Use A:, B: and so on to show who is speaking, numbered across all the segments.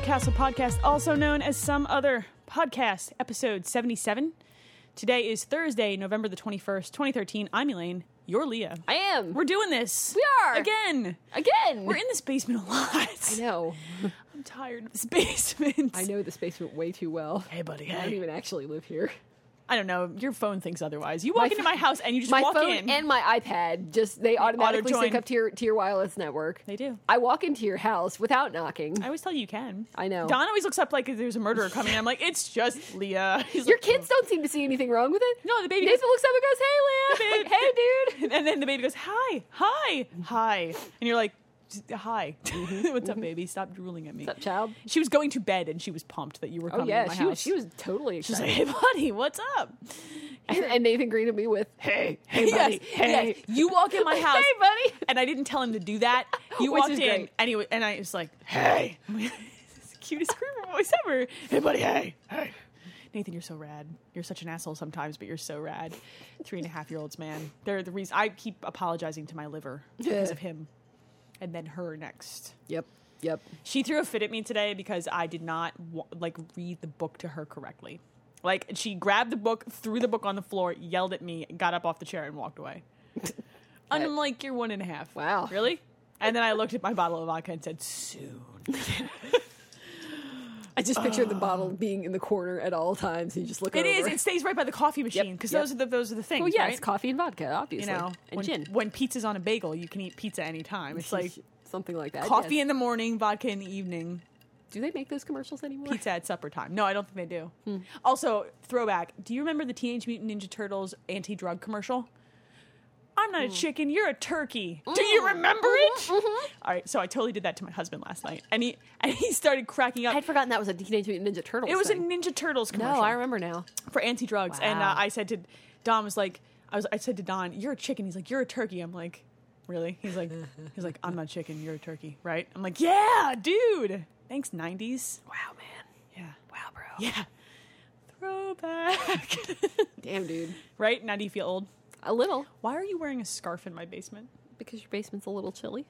A: podcast, also known as Some Other Podcast, episode 77. Today is Thursday, November the 21st, 2013. I'm Elaine. You're Leah.
B: I am.
A: We're doing this.
B: We are.
A: Again.
B: again.
A: We're in this basement a lot. I
B: no.
A: am tired of this basement.
B: I know this basement way too well.
A: Hey, buddy.
B: I don't
A: Hey.
B: even actually live here.
A: I don't know. Your phone thinks otherwise. You walk into
B: pho-
A: my house and you just
B: my
A: walk
B: phone
A: in.
B: and my iPad just they automatically
A: auto-join.
B: sync up to your to your wireless network.
A: they do.
B: I walk into your house without knocking.
A: I always tell you you can.
B: I know.
A: Don always looks up like there's a murderer coming. I'm like, it's just Leah. He's
B: your
A: like,
B: kids don't seem to see anything wrong with it.
A: No, the baby
B: Nathan looks up and goes, "Hey, Leah.
A: The
B: Like, hey, dude.
A: and then the baby goes, "Hi, hi, hi," and you're like, "Just, "Hi,
B: Mm-hmm.
A: what's up, baby? Stop drooling at me."
B: What's up, child?
A: She was going to bed and she was pumped that you were
B: Oh
A: coming. to
B: yeah,
A: my
B: she
A: house.
B: was, she was totally
A: She's
B: excited.
A: like, "Hey, buddy, what's up?"
B: and, and Nathan greeted me with, "Hey, hey, buddy.
A: yes, yes. You walk in my house,
B: hey, buddy."
A: and I didn't tell him to do that. You
B: Which
A: walked
B: is
A: in,
B: great.
A: and he wa- and I was like, "Hey." It's the Cutest screamer voice ever. Hey, buddy. Hey, hey. Nathan, you're so rad. You're such an asshole sometimes, but you're so rad. Three and a half year olds, man. They're the reason I keep apologizing to my liver because of him, and then her next.
B: Yep, yep.
A: She threw a fit at me today because I did not wa- like read the book to her correctly. Like she grabbed the book, threw the book on the floor, yelled at me, got up off the chair, and walked away. and I'm like, "You're one and a half.
B: Wow.
A: really?" And then I looked at my bottle of vodka and said, "Soon."
B: I Ah. just pictured the bottle being in the corner at all times. And you just look
A: It
B: over.
A: is. It stays right by the coffee machine because
B: yep.
A: those are the those are the things.
B: Well, yeah,
A: right?
B: it's coffee and vodka,
A: you
B: obviously.
A: know,
B: and
A: when,
B: gin.
A: when pizza's on a bagel, you can eat pizza anytime. It's like
B: something like that.
A: coffee
B: yes.
A: in the morning, vodka in the evening.
B: Do they make those commercials anymore?
A: pizza at supper time. No, I don't think they do.
B: Hmm.
A: Also, throwback. Do you remember the Teenage Mutant Ninja Turtles anti-drug commercial? I'm
B: Hmm.
A: not a chicken, you're a turkey. Do you
B: Mm-hmm.
A: remember it? All right, so I totally did that to my husband last night, and he and he started cracking up.
B: I'd forgotten that was a Teenage Mutant Ninja Turtles.
A: It was a
B: thing.
A: Ninja Turtles commercial
B: No, I remember now.
A: for anti-drugs, and uh,
B: Wow.
A: I said to Don was like, I was I said to Don, you're a chicken. He's like, you're a turkey. I'm like, really? He's like, he's like, I'm not a chicken, you're a turkey, right? I'm like, yeah, dude. Thanks, '90s.
B: Wow, man.
A: Yeah.
B: Wow, bro.
A: Yeah. Throwback.
B: Damn, dude.
A: right? Now do you feel old?
B: A little
A: Why are you wearing a scarf in my basement?
B: because your basement's a little chilly.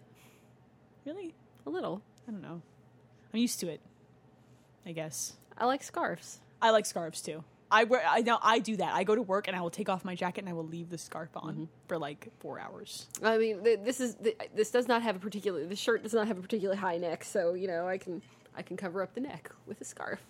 A: Really?
B: A little.
A: I don't know. I'm used to it. I guess.
B: I like scarves.
A: I like scarves too. I wear I now I do that. I go to work and I will take off my jacket and I will leave the scarf on
B: Mm-hmm.
A: for like 4 hours.
B: I mean, th- this is th- this does not have a particular. The shirt does not have a particularly high neck, so you know I can I can cover up the neck with a scarf.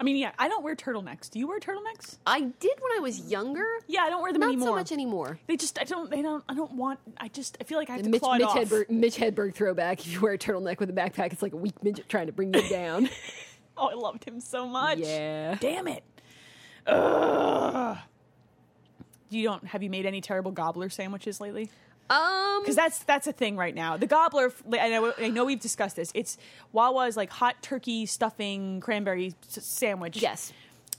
A: I mean, yeah, I don't wear turtlenecks. Do you wear turtlenecks?
B: I did when I was younger.
A: Yeah, I don't wear them
B: Not
A: anymore.
B: so much anymore.
A: they just I don't they don't I don't want I just I feel like I have to
B: Mitch,
A: claw it
B: Mitch
A: off.
B: Hedberg, Mitch Hedberg throwback. If you wear a turtleneck with a backpack, it's like a weak midget trying to bring you down.
A: Oh, I loved him so much.
B: Yeah.
A: Damn it. Ugh. You don't have you made any terrible gobbler sandwiches lately?
B: um,
A: Because that's that's a thing right now. The gobbler, I know, I know we've discussed this. It's Wawa's like hot turkey stuffing cranberry s- sandwich.
B: yes.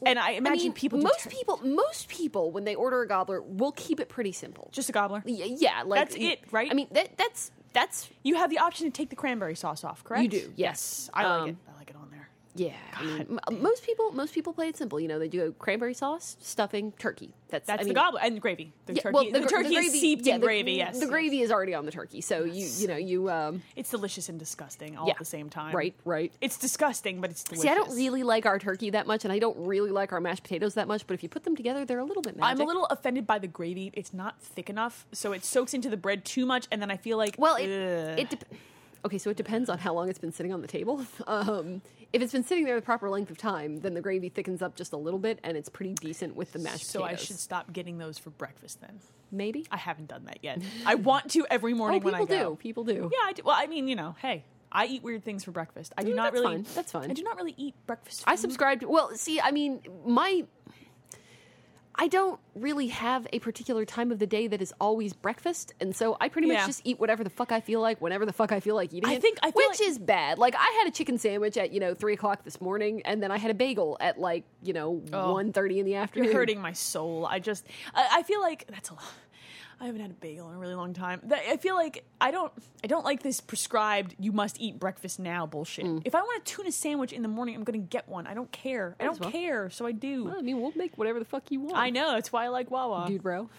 A: and I
B: I
A: imagine
B: mean,
A: people do
B: most
A: tur-
B: people, most people, when they order a gobbler, will keep it pretty simple.
A: just a gobbler.
B: Y- yeah, like
A: That's it, right?
B: I mean, that, that's that's
A: You have the option to take the cranberry sauce off, correct?
B: You do, yes.
A: I like
B: Um,
A: it. I like it on there.
B: yeah. I mean,
A: eh.
B: m- most people, most people play it simple. You know, they do cranberry sauce, stuffing, turkey. That's
A: That's
B: I mean,
A: the gobbler and gravy. The
B: yeah,
A: turkey,
B: well,
A: the,
B: gr-
A: turkey
B: gravy-
A: is seeped
B: yeah,
A: in
B: the-
A: gravy. Yes,
B: the gravy is already on the turkey, so you you know you um
A: It's delicious and disgusting all
B: yeah
A: at the same time.
B: right right
A: It's disgusting, but it's delicious.
B: See, I don't really like our turkey that much, and I don't really like our mashed potatoes that much. But if you put them together, they're a little bit magic.
A: I'm a little offended by the gravy. It's not thick enough, so it soaks into the bread too much, and then I feel like
B: well. It,
A: ugh.
B: it dep okay, so it depends on how long it's been sitting on the table. Um, if it's been sitting there the proper length of time, then the gravy thickens up just a little bit, and it's pretty decent with the mashed
A: so I
B: potatoes.
A: should stop getting those for breakfast then.
B: maybe.
A: I haven't done that yet. I want to every
B: oh,
A: morning when I
B: people
A: go.
B: do. People do.
A: Yeah, I do. Well, I mean, you know, hey, I eat weird things for breakfast. I do
B: Mm,
A: not
B: that's
A: really.
B: fine. That's fine.
A: I do not really eat breakfast.
B: I
A: food.
B: subscribe. To, well, see, I mean, my. I don't really have a particular time of the day that is always breakfast, and so I pretty
A: Yeah.
B: much just eat whatever the fuck I feel like, whenever the fuck I feel like eating
A: I
B: it.
A: think- I feel
B: which
A: like-
B: is bad. Like I had a chicken sandwich at you know three o'clock this morning, and then I had a bagel at like you know
A: Oh.
B: one thirty in the afternoon.
A: You're hurting my soul. I just. I, I feel like that's a lot. I haven't had a bagel in a really long time. That- I feel like I don't. I don't like this prescribed. You must eat breakfast now bullshit.
B: Mm.
A: If I want a tuna sandwich in the morning, I'm going to get one. I don't care. I
B: Might as
A: don't
B: well.
A: care. So I do.
B: I mean, we'll make whatever the fuck you want.
A: I know. That's why I like Wawa.
B: dude, bro,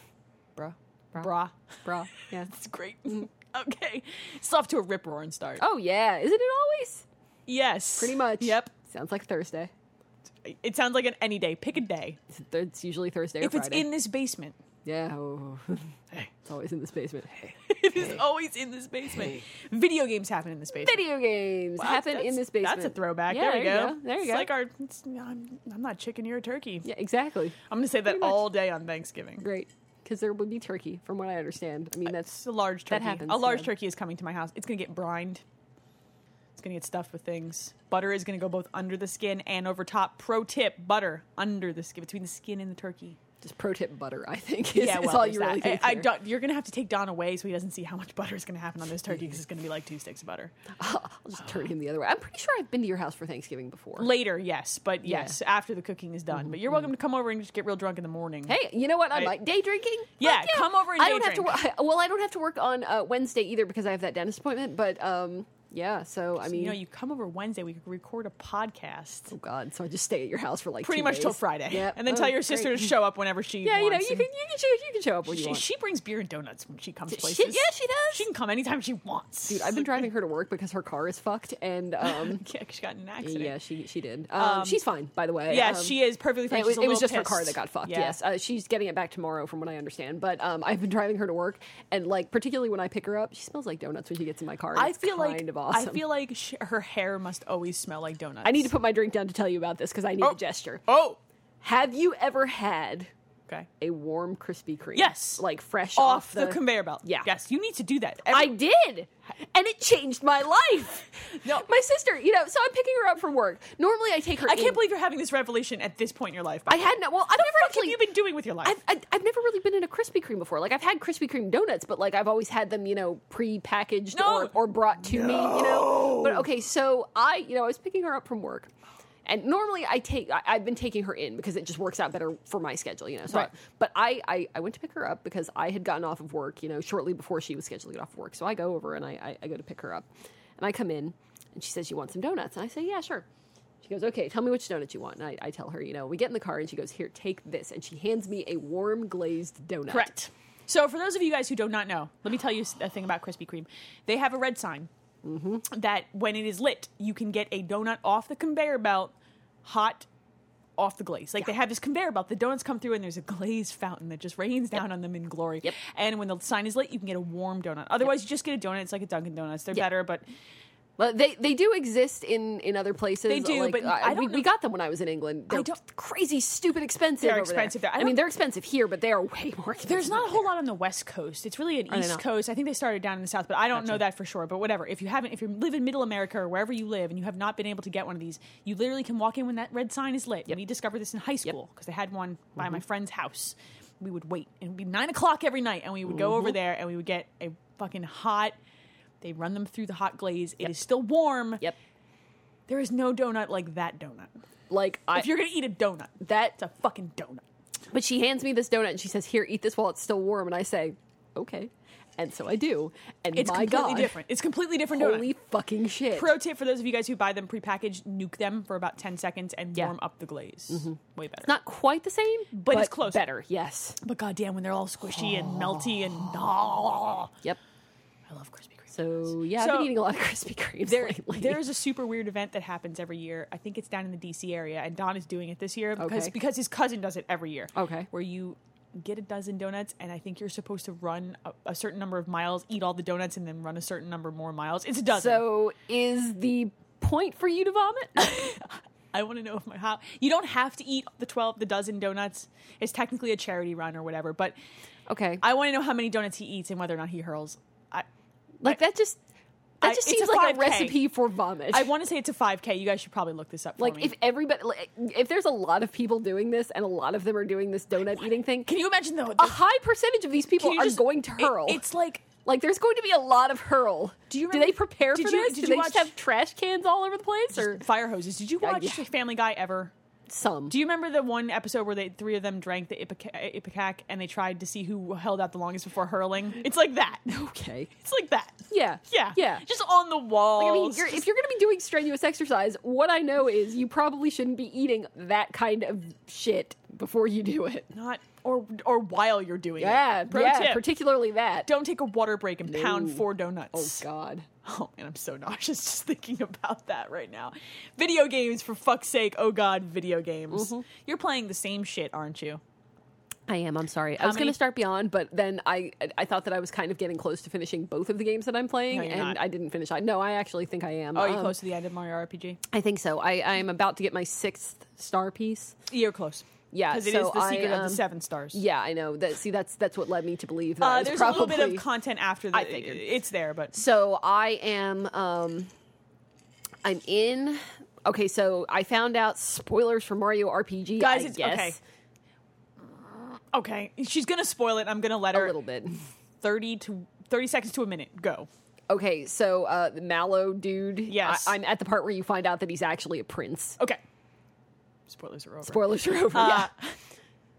B: bro, bro,
A: Brah.
B: bro. Yeah.
A: It's great.
B: Mm.
A: okay. Still off to a rip roaring start.
B: Oh yeah, isn't it always?
A: Yes.
B: Oh. Pretty much.
A: Yep.
B: Sounds like Thursday.
A: It sounds like an any day. Pick a day.
B: It's, th- it's usually Thursday or
A: If it's
B: Friday.
A: in this basement,
B: yeah, oh,
A: Hey.
B: it's always in this basement.
A: it is always in this basement. Video games happen in this basement.
B: Video games
A: Wow,
B: happen in
A: that's-
B: this basement.
A: That's a throwback.
B: Yeah,
A: there we
B: there
A: go.
B: you go. There you
A: it's
B: go.
A: Like our, it's, I'm, I'm not chicken, you're a turkey.
B: Yeah, exactly.
A: I'm gonna say that
B: Pretty much.
A: all day on Thanksgiving.
B: Great, because there would be turkey, from what I understand. I mean, that's
A: It's a large turkey.
B: happens,
A: a large
B: yeah.
A: turkey is coming to my house. It's gonna get brined. It's gonna get stuffed with things. Butter is gonna go both under the skin and over top. Pro tip: butter under the skin, between the skin and the turkey.
B: just pro tip butter. I think is, is
A: well,
B: all
A: there's
B: you really
A: that.
B: need
A: I, I
B: there.
A: don't- you're gonna have to take Don away so he doesn't see how much butter is gonna happen on this turkey because it's gonna be like two sticks of butter.
B: I'll just turn him the other way. I'm pretty sure I've been to your house for Thanksgiving before.
A: Later, yes, but
B: Yeah. Mm-hmm,
A: yes, after the cooking is done. But you're welcome to come over and just get real drunk in the morning.
B: Hey, you know what? I
A: I-
B: might day drinking.
A: Yeah,
B: Fuck
A: come over and
B: I don't
A: day
B: have to. Wor- I- well, I don't have to work on uh, Wednesday either because I have that dentist appointment. But um, yeah, so I
A: So,
B: mean,
A: you know, you come over Wednesday, we could record a podcast.
B: oh god, so I just stay at your house for like
A: Pretty
B: two
A: much till
B: days.
A: Friday.
B: Yep.
A: And then
B: Oh,
A: tell your sister
B: great.
A: to show up whenever she
B: Yeah, you know,
A: wants
B: you
A: and-
B: can you can show, you can show up when you
A: She,
B: want.
A: she brings beer and donuts when she comes places.
B: she- yeah, she does.
A: She can come anytime she wants.
B: Dude, I've been driving her to work because her car is fucked, and um,
A: yeah, she got in an accident.
B: yeah, she she did. Um, she's fine, by the way.
A: Yeah,
B: Um,
A: she is perfectly fine.
B: It was,
A: She's a
B: it was
A: little
B: just her car
A: pissed.
B: that got fucked.
A: Yeah.
B: Yes, uh, she's getting it back tomorrow, from what I understand. But um, I've been driving her to work, and like particularly when I pick her up, she smells like donuts when she gets in my car. and
A: I
B: it's
A: feel
B: kind
A: like
B: of awesome.
A: I feel like sh her hair must always smell like donuts.
B: I need to put my drink down to tell you about this because I need
A: Oh.
B: a gesture.
A: Oh,
B: Have you ever had
A: okay.
B: a warm Krispy Kreme?
A: Yes.
B: like fresh
A: Off,
B: off,
A: the, conveyor belt.
B: Yeah.
A: Yes, you need to do that. Every-
B: I did. And it changed my life.
A: No.
B: my sister, you know, so I'm picking her up from work. Normally I take her
A: I can't
B: in-
A: believe you're having this revelation at this point in your life.
B: I had no well, I've never
A: What have
B: actually
A: you been doing with your life?
B: I've, I've, I've never really been in a Krispy Kreme before. Like I've had Krispy Kreme donuts, but like I've always had them, you know, pre-packaged
A: No.
B: or, or brought to me, you know. But okay, so I, you know, I was picking her up from work, and normally I take I, I've been taking her in because it just works out better for my schedule, you know. So, I-
A: Right.
B: but I, I I went to pick her up because I had gotten off of work, you know, shortly before she was scheduled to get off of work. So I go over and I I, I go to pick her up, and I come in, and she says, "You want some donuts?" And I say, "Yeah, sure." She goes, okay, tell me which donut you want. And I, I tell her, you know, we get in the car and she goes, here, take this. And she hands me a warm glazed donut.
A: Correct. So, for those of you guys who do not know, let me tell you a thing about Krispy Kreme. They have a red sign that when it is lit, you can get a donut off the conveyor belt, hot off the glaze. Like they have this conveyor belt, the donuts come through, and there's a glaze fountain that just rains down on them in glory.
B: Yep.
A: And when the sign is lit, you can get a warm donut. Otherwise, you just get a donut. It's like a Dunkin' Donuts. They're
B: Yeah.
A: better, but
B: Well, they, they do exist in, in other places.
A: They do,
B: like,
A: but
B: uh,
A: I don't
B: we, we
A: know-
B: got them when I was in England. They're
A: don't-
B: crazy, stupid expensive.
A: They're
B: over
A: expensive there. I
B: I, mean,
A: don't-
B: they're expensive here, but they are way more. expensive
A: There's not a
B: over
A: whole
B: there.
A: lot on the West Coast. It's really an
B: they
A: East
B: not?
A: Coast. I think they started down in the South, but I don't know that for sure. But whatever. If you haven't, if you live in Middle America or wherever you live, and you have not been able to get one of these, you literally can walk in when that red sign is lit. And We discovered this in high school because they had one by
B: Mm-hmm.
A: my friend's house. We would wait, and it would be nine o'clock every night, and we would go
B: Mm-hmm.
A: over there, and we would get a fucking hot. They run them through the hot glaze. It is still warm.
B: Yep.
A: There is no donut like that donut.
B: Like I,
A: If you're gonna eat a donut,
B: that,
A: it's a fucking donut.
B: but she hands me this donut and she says, "Here, eat this while it's still warm." And I say, "Okay," and so I do. And
A: It's
B: my
A: completely
B: god,
A: different. It's completely different donut.
B: holy fucking shit!
A: Pro tip for those of you guys who buy them prepackaged, nuke them for about 10 seconds and
B: Yeah. Mm-hmm.
A: warm up the glaze. Way better.
B: not quite the same, but,
A: it's close.
B: Better, yes.
A: but goddamn, when they're all squishy and melty and. Oh,
B: Yep.
A: I love Krispy Kreme.
B: So yeah, I've
A: So-
B: been eating a lot of Krispy Kremes
A: There,
B: lately.
A: there is a super weird event that happens every year. I think it's down in the DC area, and Don is doing it this year because
B: Okay.
A: because his cousin does it every year.
B: Okay.
A: where you get a dozen donuts, and I think you're supposed to run a, a certain number of miles, eat all the donuts, and then run a certain number more miles. It's a dozen.
B: So is the point for you to vomit?
A: I want to know if my how you don't have to eat the twelve the dozen donuts. It's technically a charity run or whatever, but
B: okay.
A: I want to know how many donuts he eats and whether or not he hurls. I
B: like that just that
A: I-
B: just
A: it's
B: seems
A: a
B: like a
A: 5K.
B: recipe for vomit.
A: I want to say it's a five k. You guys should probably look this up. For
B: like
A: me.
B: if everybody like, if there's a lot of people doing this and a lot of them are doing this donut eating thing,
A: can you imagine though?
B: a high percentage of these people
A: you
B: are
A: just-
B: Oh, going to
A: it-
B: hurl.
A: it's like
B: like there's going to be a lot of hurl.
A: Do you
B: do they
A: remember-
B: prepare
A: did
B: for
A: you-
B: this?
A: did
B: do
A: you
B: they
A: watch-
B: just have trash cans all over the place or
A: fire hoses. Did you
B: Yeah,
A: watch
B: yeah.
A: Family Guy ever?
B: some?
A: Do you remember the one episode where the three of them drank the ipecac Ipecac and they tried to see who held out the longest before hurling? It's like that.
B: okay.
A: It's like that.
B: Yeah.
A: Yeah.
B: Yeah.
A: Just on the wall.
B: I mean, you're, if you're going to be doing strenuous exercise, what I know is you probably shouldn't be eating that kind of shit before you do it.
A: not or or while you're doing it.
B: Yeah,
A: Pro
B: yeah,
A: tip.
B: particularly that.
A: don't take a water break and pound
B: No.
A: four
B: oh
A: donuts.
B: God,
A: Oh man, I'm so nauseous just thinking about that right now. Video games, for fuck's sake! Oh god, video games.
B: Mm-hmm.
A: You're playing the same shit, aren't you?
B: I am. I'm sorry. I was going
A: many-
B: to start Beyond, but then I I thought that I was kind of getting close to finishing both of the games that I'm playing,
A: No, you're
B: and
A: not.
B: I didn't finish. I no, I actually think I am.
A: Oh, are you
B: Um,
A: close to the end of Mario RPG?
B: I think so. I I am about to get my sixth star piece.
A: You're close.
B: Yeah,
A: because it is
B: so
A: the secret
B: I,
A: of
B: um,
A: the seven stars.
B: Yeah, I know. That see, that's that's what led me to believe that. I
A: Uh,
B: was
A: there's
B: probably,
A: a little bit of content after the.
B: I figured.
A: It's there, but
B: So I am um I'm in Okay, so I found out spoilers for Mario RPG.
A: Guys,
B: I
A: it's-
B: guess,
A: okay. okay, she's gonna spoil it. I'm gonna let
B: a
A: her
B: little bit.
A: thirty to thirty seconds to a minute. Go.
B: Okay, so uh the Mallow dude.
A: Yes.
B: I, am at the part where you find out that he's actually a prince.
A: Okay. Spoilers are over.
B: Spoilers are over. yeah.
A: Uh,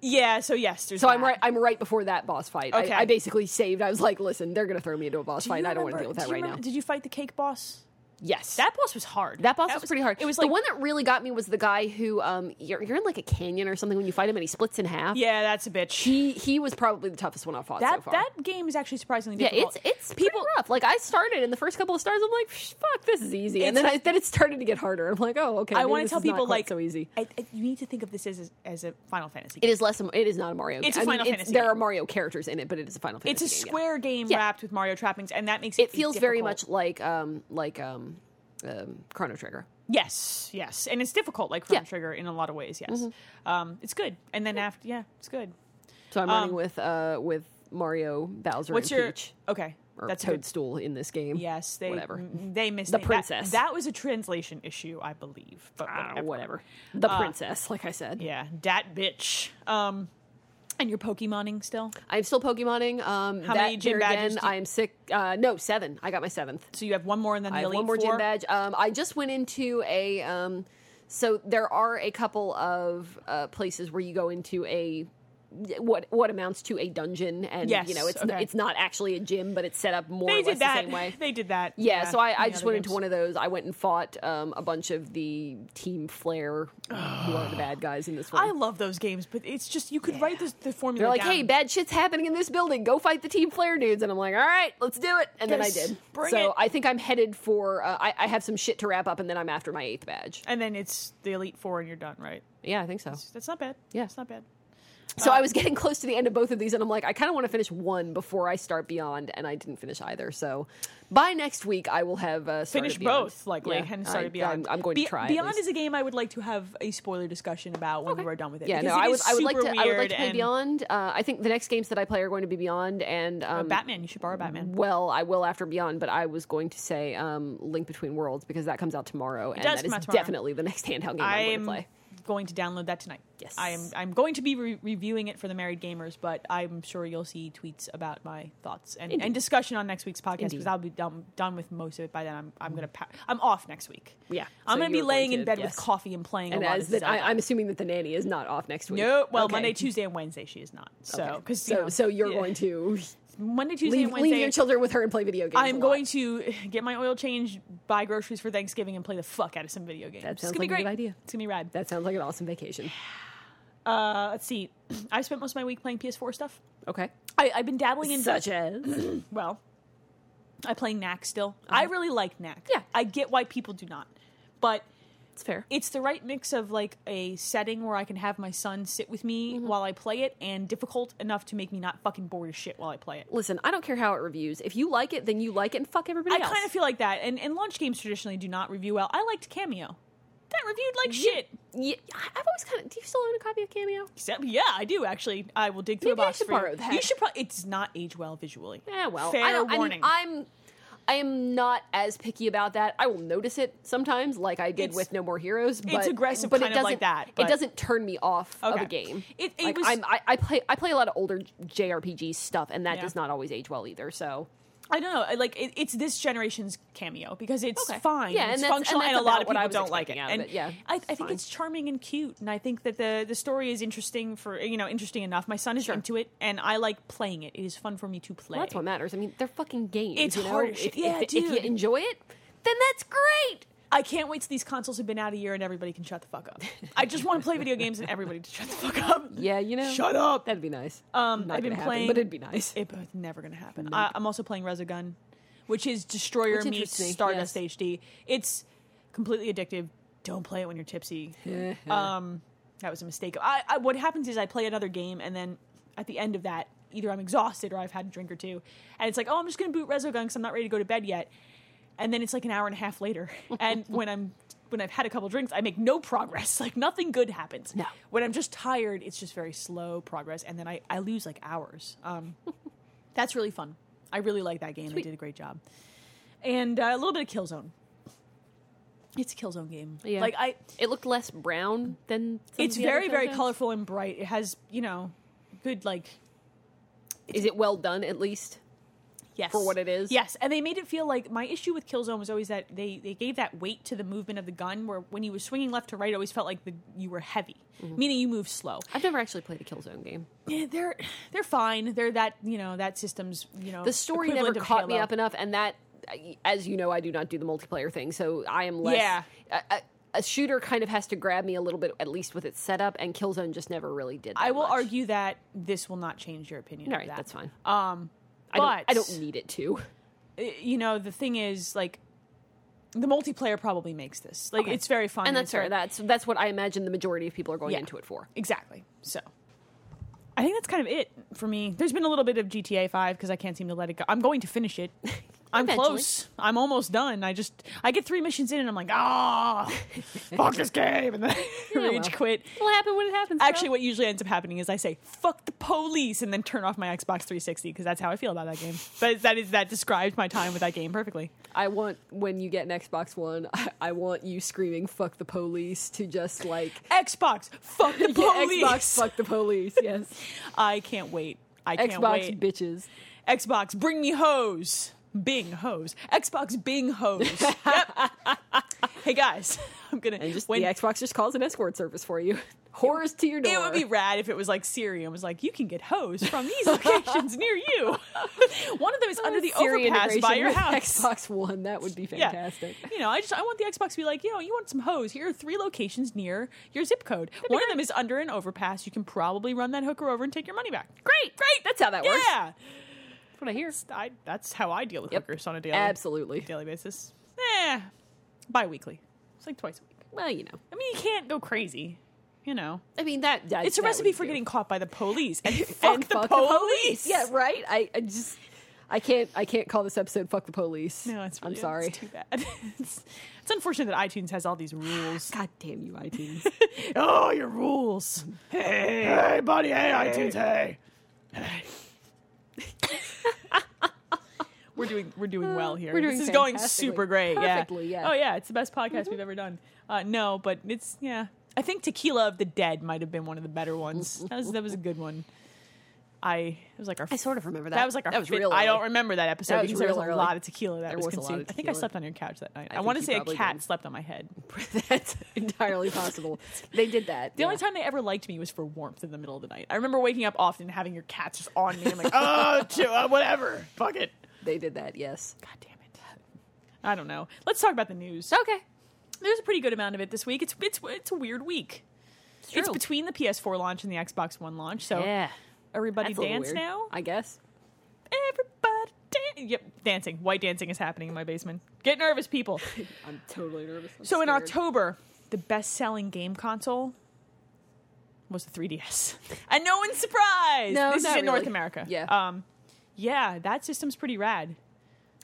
A: yeah. So yes, there's
B: So I'm
A: that.
B: right. I'm right before that boss fight.
A: Okay.
B: I, I basically saved. I was like, "Listen, they're gonna throw me into a boss
A: Do
B: fight.
A: you
B: I don't want to
A: remember-
B: deal with
A: do
B: that
A: you
B: right
A: remember-
B: now."
A: Did you fight the cake boss?
B: Yes,
A: That boss was hard.
B: That boss was, pretty hard.
A: It was like
B: the one that really got me was the guy who um you're, you're in like a canyon or something when you fight him and he splits in half.
A: Yeah, that's a bitch.
B: He he was probably the toughest one I fought
A: That
B: so far.
A: that game is actually surprisingly
B: yeah,
A: difficult.
B: it's it's people rough. Like I started in the first couple of stars, I'm like, "Psh, fuck, this is easy, and then I, then it started to get harder. I'm like, oh okay.
A: I
B: maybe
A: want to
B: this
A: tell
B: is not
A: people
B: quite
A: like
B: so easy.
A: I, I, you need to think of this as as a Final Fantasy.
B: It
A: game.
B: is less. a- It is not a Mario.
A: It's a
B: game. I mean,
A: Final
B: it's-
A: Fantasy
B: There
A: game.
B: are Mario characters in it, but it is a Final
A: It's
B: Fantasy.
A: a
B: game, yeah.
A: square game
B: Yeah.
A: wrapped with Mario trappings, and that makes it.
B: It feels very much
A: difficult.
B: like um like um um Chrono Trigger.
A: yes, yes, and it's difficult, like Chrono
B: Yeah. Mm-hmm.
A: Trigger, in a lot of ways. Yes, um, it's good, and then after, yeah, it's good.
B: So I'm
A: Um,
B: running with uh with Mario Bowser
A: What's
B: and
A: your
B: Peach.
A: okay?
B: or
A: That's a good.
B: toadstool in this game.
A: Yes, they
B: whatever.
A: m- they missed
B: The
A: it. That-
B: princess.
A: That, was a translation issue, I believe. But
B: Ah,
A: whatever.
B: whatever.
A: Uh,
B: The princess, like I said.
A: Yeah, dat bitch. Um, and you're Pokemoning still,
B: I'm still Pokemoning. Um,
A: How
B: that,
A: many gym
B: there
A: badges
B: Again,
A: do you-
B: I am sick. Uh, no, seven. I got my seventh.
A: so you have one more, and then
B: I
A: the
B: have
A: elite
B: one more
A: four?
B: gym badge. Um, I just went into a. Um, so there are a couple of uh, places where you go into a what what amounts to a dungeon, and
A: Yes,
B: you know it's
A: okay.
B: it's not actually a gym, but it's set up more
A: They
B: or less
A: did that.
B: the same way.
A: They did that.
B: Yeah, so I, I just went into
A: one.
B: one of those. I went and fought um, a bunch of the Team Flare, who are the bad guys in this one.
A: I love those games, but it's just you could write the, the formula.
B: They're like,
A: down.
B: hey, bad shit's happening in this building. Go fight the Team Flare dudes. And I'm like, all right, let's do it. And
A: Yes,
B: then I did.
A: bring
B: so
A: it.
B: I think I'm headed for, uh, I, I have some shit to wrap up, and then I'm after my eighth badge.
A: and then it's the elite four, and you're done, right?
B: Yeah, I think so.
A: That's not bad.
B: Yeah.
A: it's not bad.
B: So I was getting close to the end of both of these, and I'm like, I kind of want to finish one before I start Beyond, and I didn't finish either. So by next week, I will have uh, started
A: Finish
B: Beyond.
A: both, likely,
B: Yeah,
A: and started
B: I-
A: Beyond.
B: I'm, I'm going to
A: Be-
B: try. at
A: Beyond
B: least.
A: is a game I would like to have a spoiler discussion about when we're done with it.
B: Yeah,
A: because
B: no,
A: it
B: I would,
A: is
B: I would like
A: super
B: to. I would like
A: weird
B: to play
A: and-
B: Beyond. Uh, I think the next games that I play are going to be Beyond and um,
A: Batman. You should borrow Batman.
B: Well, I will after Beyond, but I was going to say um, Link Between Worlds because that comes out tomorrow, and
A: does come
B: that is
A: out tomorrow.
B: definitely the next handheld game
A: I
B: I'm going to
A: am
B: play.
A: going to download that tonight.
B: Yes.
A: I am. I'm going to be re- reviewing it for the married gamers, but I'm sure you'll see tweets about my thoughts and, and discussion on next week's podcast because
B: Indeed. Mm.
A: I'll be done, done with most of it by then. I'm I'm gonna pa- I'm off next week.
B: Yeah,
A: I'm
B: so
A: gonna be
B: you're
A: laying
B: going
A: in
B: to-
A: bed with
B: yes.
A: coffee and playing.
B: And
A: a lot
B: as
A: of
B: that, I,
A: Zelda.
B: I'm assuming that the nanny is not off next week.
A: no, well,
B: Okay.
A: Monday, Tuesday, and Wednesday she is not. So
B: Okay.
A: 'cause, you
B: so,
A: know,
B: so you're
A: yeah.
B: going to
A: Monday, Tuesday,
B: leave,
A: and Wednesday.
B: leave your children with her and play video games. a
A: I'm
B: lot.
A: going to get my oil change, buy groceries for Thanksgiving, and play the fuck out of some video games. it's
B: sounds
A: gonna be
B: like
A: great.
B: a good idea.
A: It's gonna be rad.
B: That sounds like an awesome vacation.
A: Uh, let's see. I spent most of my week playing PS4 stuff.
B: Okay,
A: I, I've been dabbling in
B: such as
A: well. I play Knack still. I really like Knack.
B: Uh-huh. Yeah.
A: I get why people do not, but
B: it's fair.
A: it's the right mix of like a setting where I can have my son sit with me
B: Mm-hmm.
A: while I play it, and difficult enough to make me not fucking bored as shit while I play it.
B: Listen, I don't care how it reviews. If you like it, then you like it, and fuck everybody
A: I
B: else.
A: kind of feel like that. And and launch games traditionally do not review well. I liked Cameo. That reviewed like shit.
B: Yeah, I- I've always kind of. Do you still own a copy of Cameo?
A: Except, yeah, I do actually. I will dig through a
B: Maybe I
A: box
B: should
A: for you.
B: borrow that.
A: You should probably. It does not age well visually.
B: Yeah, Eh, well,
A: fair
B: I don't,
A: warning.
B: I mean, I'm. I am not as picky about that. I will notice it sometimes, like I did
A: It's-
B: with No More Heroes. But,
A: aggressive
B: but
A: kind
B: it
A: of
B: doesn't,
A: like that, but-
B: It doesn't turn me off of
A: Okay.
B: a game.
A: It- it
B: Like,
A: was-
B: I'm, I, I play. I play a lot of older JRPG stuff, and that
A: Yeah.
B: does not always age well either. So
A: I don't know. I- Like it, it's this generation's cameo because it's
B: Okay.
A: fine.
B: Yeah, and
A: it's
B: that's- and
A: functional, and,
B: that's
A: a lot
B: about
A: of
B: what I
A: people
B: was
A: don't like it.
B: expecting out of
A: And
B: it, yeah.
A: I, I think
B: Fine.
A: it's charming and cute, and I think that the the story is interesting for you know interesting enough. My son is into it, and I like playing it. It is fun for me to play.
B: well, that's what matters. I mean, they're fucking games.
A: It's
B: you know?
A: hard as
B: If,
A: shit.
B: if-
A: Yeah,
B: if you
A: dude.
B: enjoy it, then that's great.
A: I can't wait till these consoles have been out a year and everybody can shut the fuck up. I just want to play video games and everybody to shut the fuck up.
B: Yeah, you know.
A: Shut up.
B: That'd be nice.
A: Um,
B: not
A: I've been
B: gonna happen,
A: playing,
B: but it'd be nice.
A: It, but it's never going to happen. I, I'm also playing Resogun, which is Destroyer
B: Which
A: meets
B: interests me,
A: Stardust
B: yes.
A: HD. It's completely addictive. Don't play it when you're tipsy. um, that was a mistake. I, I, what happens is I play another game, and then at the end of that, either I'm exhausted or I've had a drink or two, and it's like, oh, I'm just going to boot Resogun because I'm not ready to go to bed yet. And then it's like an hour and a half later, and when I'm when I've had a couple drinks, I make no progress. Like nothing good happens.
B: No.
A: When I'm just tired, it's just very slow progress, and then I, I lose like hours. Um, that's really fun. I really like that game. They
B: Sweet.
A: did a great job, and uh, a little bit of Killzone. It's a Killzone game.
B: Yeah.
A: Like I,
B: It looked less brown than. some
A: it's
B: of the other
A: very very
B: Killzones.
A: colorful and bright it has you know good like
B: Is it well done at least?
A: yes
B: For what it is?
A: yes and they made it feel like my issue with killzone was always that they they gave that weight to the movement of the gun where when you were swinging left to right it always felt like the, you were heavy
B: Mm-hmm.
A: meaning you moved slow
B: I've never actually played a Killzone game.
A: yeah, they're they're fine they're that you know that system's you know
B: The story never
A: equivalent of
B: caught me
A: Halo.
B: up enough, and that, as you know, I do not do the multiplayer thing, so I am less.
A: Yeah.
B: A, a, a shooter kind of has to grab me a little bit, at least with its setup, and Killzone just never really did. That
A: i will
B: much.
A: argue that this will not change your opinion
B: All
A: of
B: right,
A: that.
B: that's fine.
A: um
B: I don't,
A: but
B: I don't need it to.
A: Eh, you know the thing is like the multiplayer probably makes this like
B: Okay.
A: it's very fun
B: and that's
A: it's
B: fair.
A: very-
B: That's that's what I imagine the majority of people are going
A: Yeah.
B: into it for.
A: Exactly. So I think that's kind of it for me. There's been a little bit of GTA 5 because I can't seem to let it go. I'm going to finish it. I'm
B: Eventually.
A: close. I'm almost done. I just I get three missions in and I'm like, ah, fuck this game, and then I
B: well.
A: rage quit.
B: It'll happen when it happens.
A: Actually, what usually ends up happening is I say "fuck the police" and then turn off my Xbox 360 because that's how I feel about that game. But that is that describes my time with that game perfectly.
B: I want when you get an Xbox One, I, I want you screaming "fuck the police" to just like
A: Xbox, fuck the
B: Yeah,
A: police.
B: Xbox, fuck the police. Yes,
A: I can't wait. I can't
B: Xbox
A: wait.
B: bitches.
A: Xbox, bring me hose. Bing hose. Xbox Bing hose. Yep. hey guys, I'm gonna.
B: And just
A: when,
B: the Xbox just calls an escort service for you. Horrors to your door.
A: it would be rad if it was like Siri and was like, you can get hose from these locations near you. One of them is under the
B: Siri
A: overpass by
B: integration
A: your
B: with
A: house.
B: Xbox One. That would be
A: Yeah.
B: fantastic.
A: You know, I just I want the Xbox to be like, you know, you want some hose. Here are three locations near your zip code. One of them is under an overpass. You can probably run that hooker over and take your money back.
B: Great, great. That's how that works.
A: Yeah.
B: That's what I hear.
A: I, that's how I deal with
B: Yep.
A: hookers on a daily
B: Absolutely.
A: daily basis. Eh, bi-weekly. It's like twice a week.
B: Well, you know.
A: I mean, you can't go crazy, you know.
B: I mean that. that
A: It's a
B: that
A: recipe
B: would
A: for
B: do.
A: getting caught by the police and fuck,
B: And
A: the,
B: fuck
A: police.
B: Yeah, right. I, I just. I can't. I can't call this episode "fuck the police."
A: No, it's really,
B: I'm sorry.
A: It's too bad. it's, it's unfortunate that iTunes has all these rules.
B: God damn you, iTunes.
A: oh, your rules. Hey, hey, buddy. Hey, iTunes. Hey. Hey. We're doing we're doing well here.
B: we're doing
A: this is going
B: fantastically.
A: super great.
B: Perfectly,
A: yeah.
B: yeah. Mm-hmm.
A: Oh yeah, it's the best podcast we've ever done. Uh, no, but it's yeah. I think Tequila of the Dead might have been one of the better ones. That was that was a good one. I it was like our
B: I sort of remember that.
A: that was like our
B: that was
A: fifth-
B: real.
A: I don't
B: early.
A: remember that episode
B: That was
A: because there was
B: real
A: a
B: early.
A: lot of tequila that
B: There
A: was,
B: was a lot
A: consumed.
B: of
A: I think I
B: tequila.
A: slept on your couch that night. I,
B: think
A: want to
B: you
A: say a
B: probably
A: cat
B: did.
A: slept on my head.
B: That's entirely possible. They did that.
A: The only time they ever liked me was for warmth in the middle of the night. I remember waking up often and having your cats just on me. I'm like, oh, chill, uh, whatever. Fuck it.
B: they did that. Yes.
A: God damn it. I don't know. Let's talk about the news.
B: Okay.
A: There's a pretty good amount of it this week. It's it's it's a weird week. It's,
B: true.
A: between the PS4 launch and the Xbox One launch, so everybody
B: That's a little
A: Oh. dance
B: weird,
A: now.
B: I guess.
A: Everybody, dan- yep, dancing. White dancing is happening in my basement. Get nervous, people.
B: I'm totally nervous. I'm
A: So in
B: scared.
A: October, the best-selling game console was the 3DS, and no one's surprised.
B: No,
A: this is in
B: not
A: North
B: really.
A: America.
B: Yeah.
A: um, yeah, that system's pretty rad.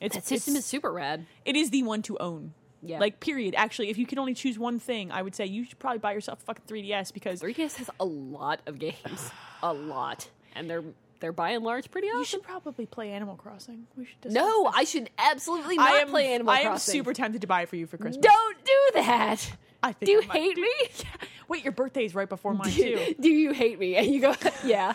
A: It's,
B: that system
A: it's-
B: is super rad.
A: it is the one to own.
B: Yeah.
A: Like period. Actually, if you could only choose one thing, I would say you should probably buy yourself a fucking 3DS because
B: 3DS has a lot of games, a lot, and they're they're by and large pretty
A: you
B: awesome.
A: should probably play Animal Crossing. We should. Discuss
B: No, I should absolutely not
A: I am.
B: play Animal
A: I am
B: Crossing.
A: super tempted to buy it for you for Christmas.
B: Don't do that.
A: I think
B: Do you
A: I might-
B: hate
A: Dude,
B: me?
A: Wait, your birthday's right before mine too.
B: Do, do you hate me? And you go, yeah.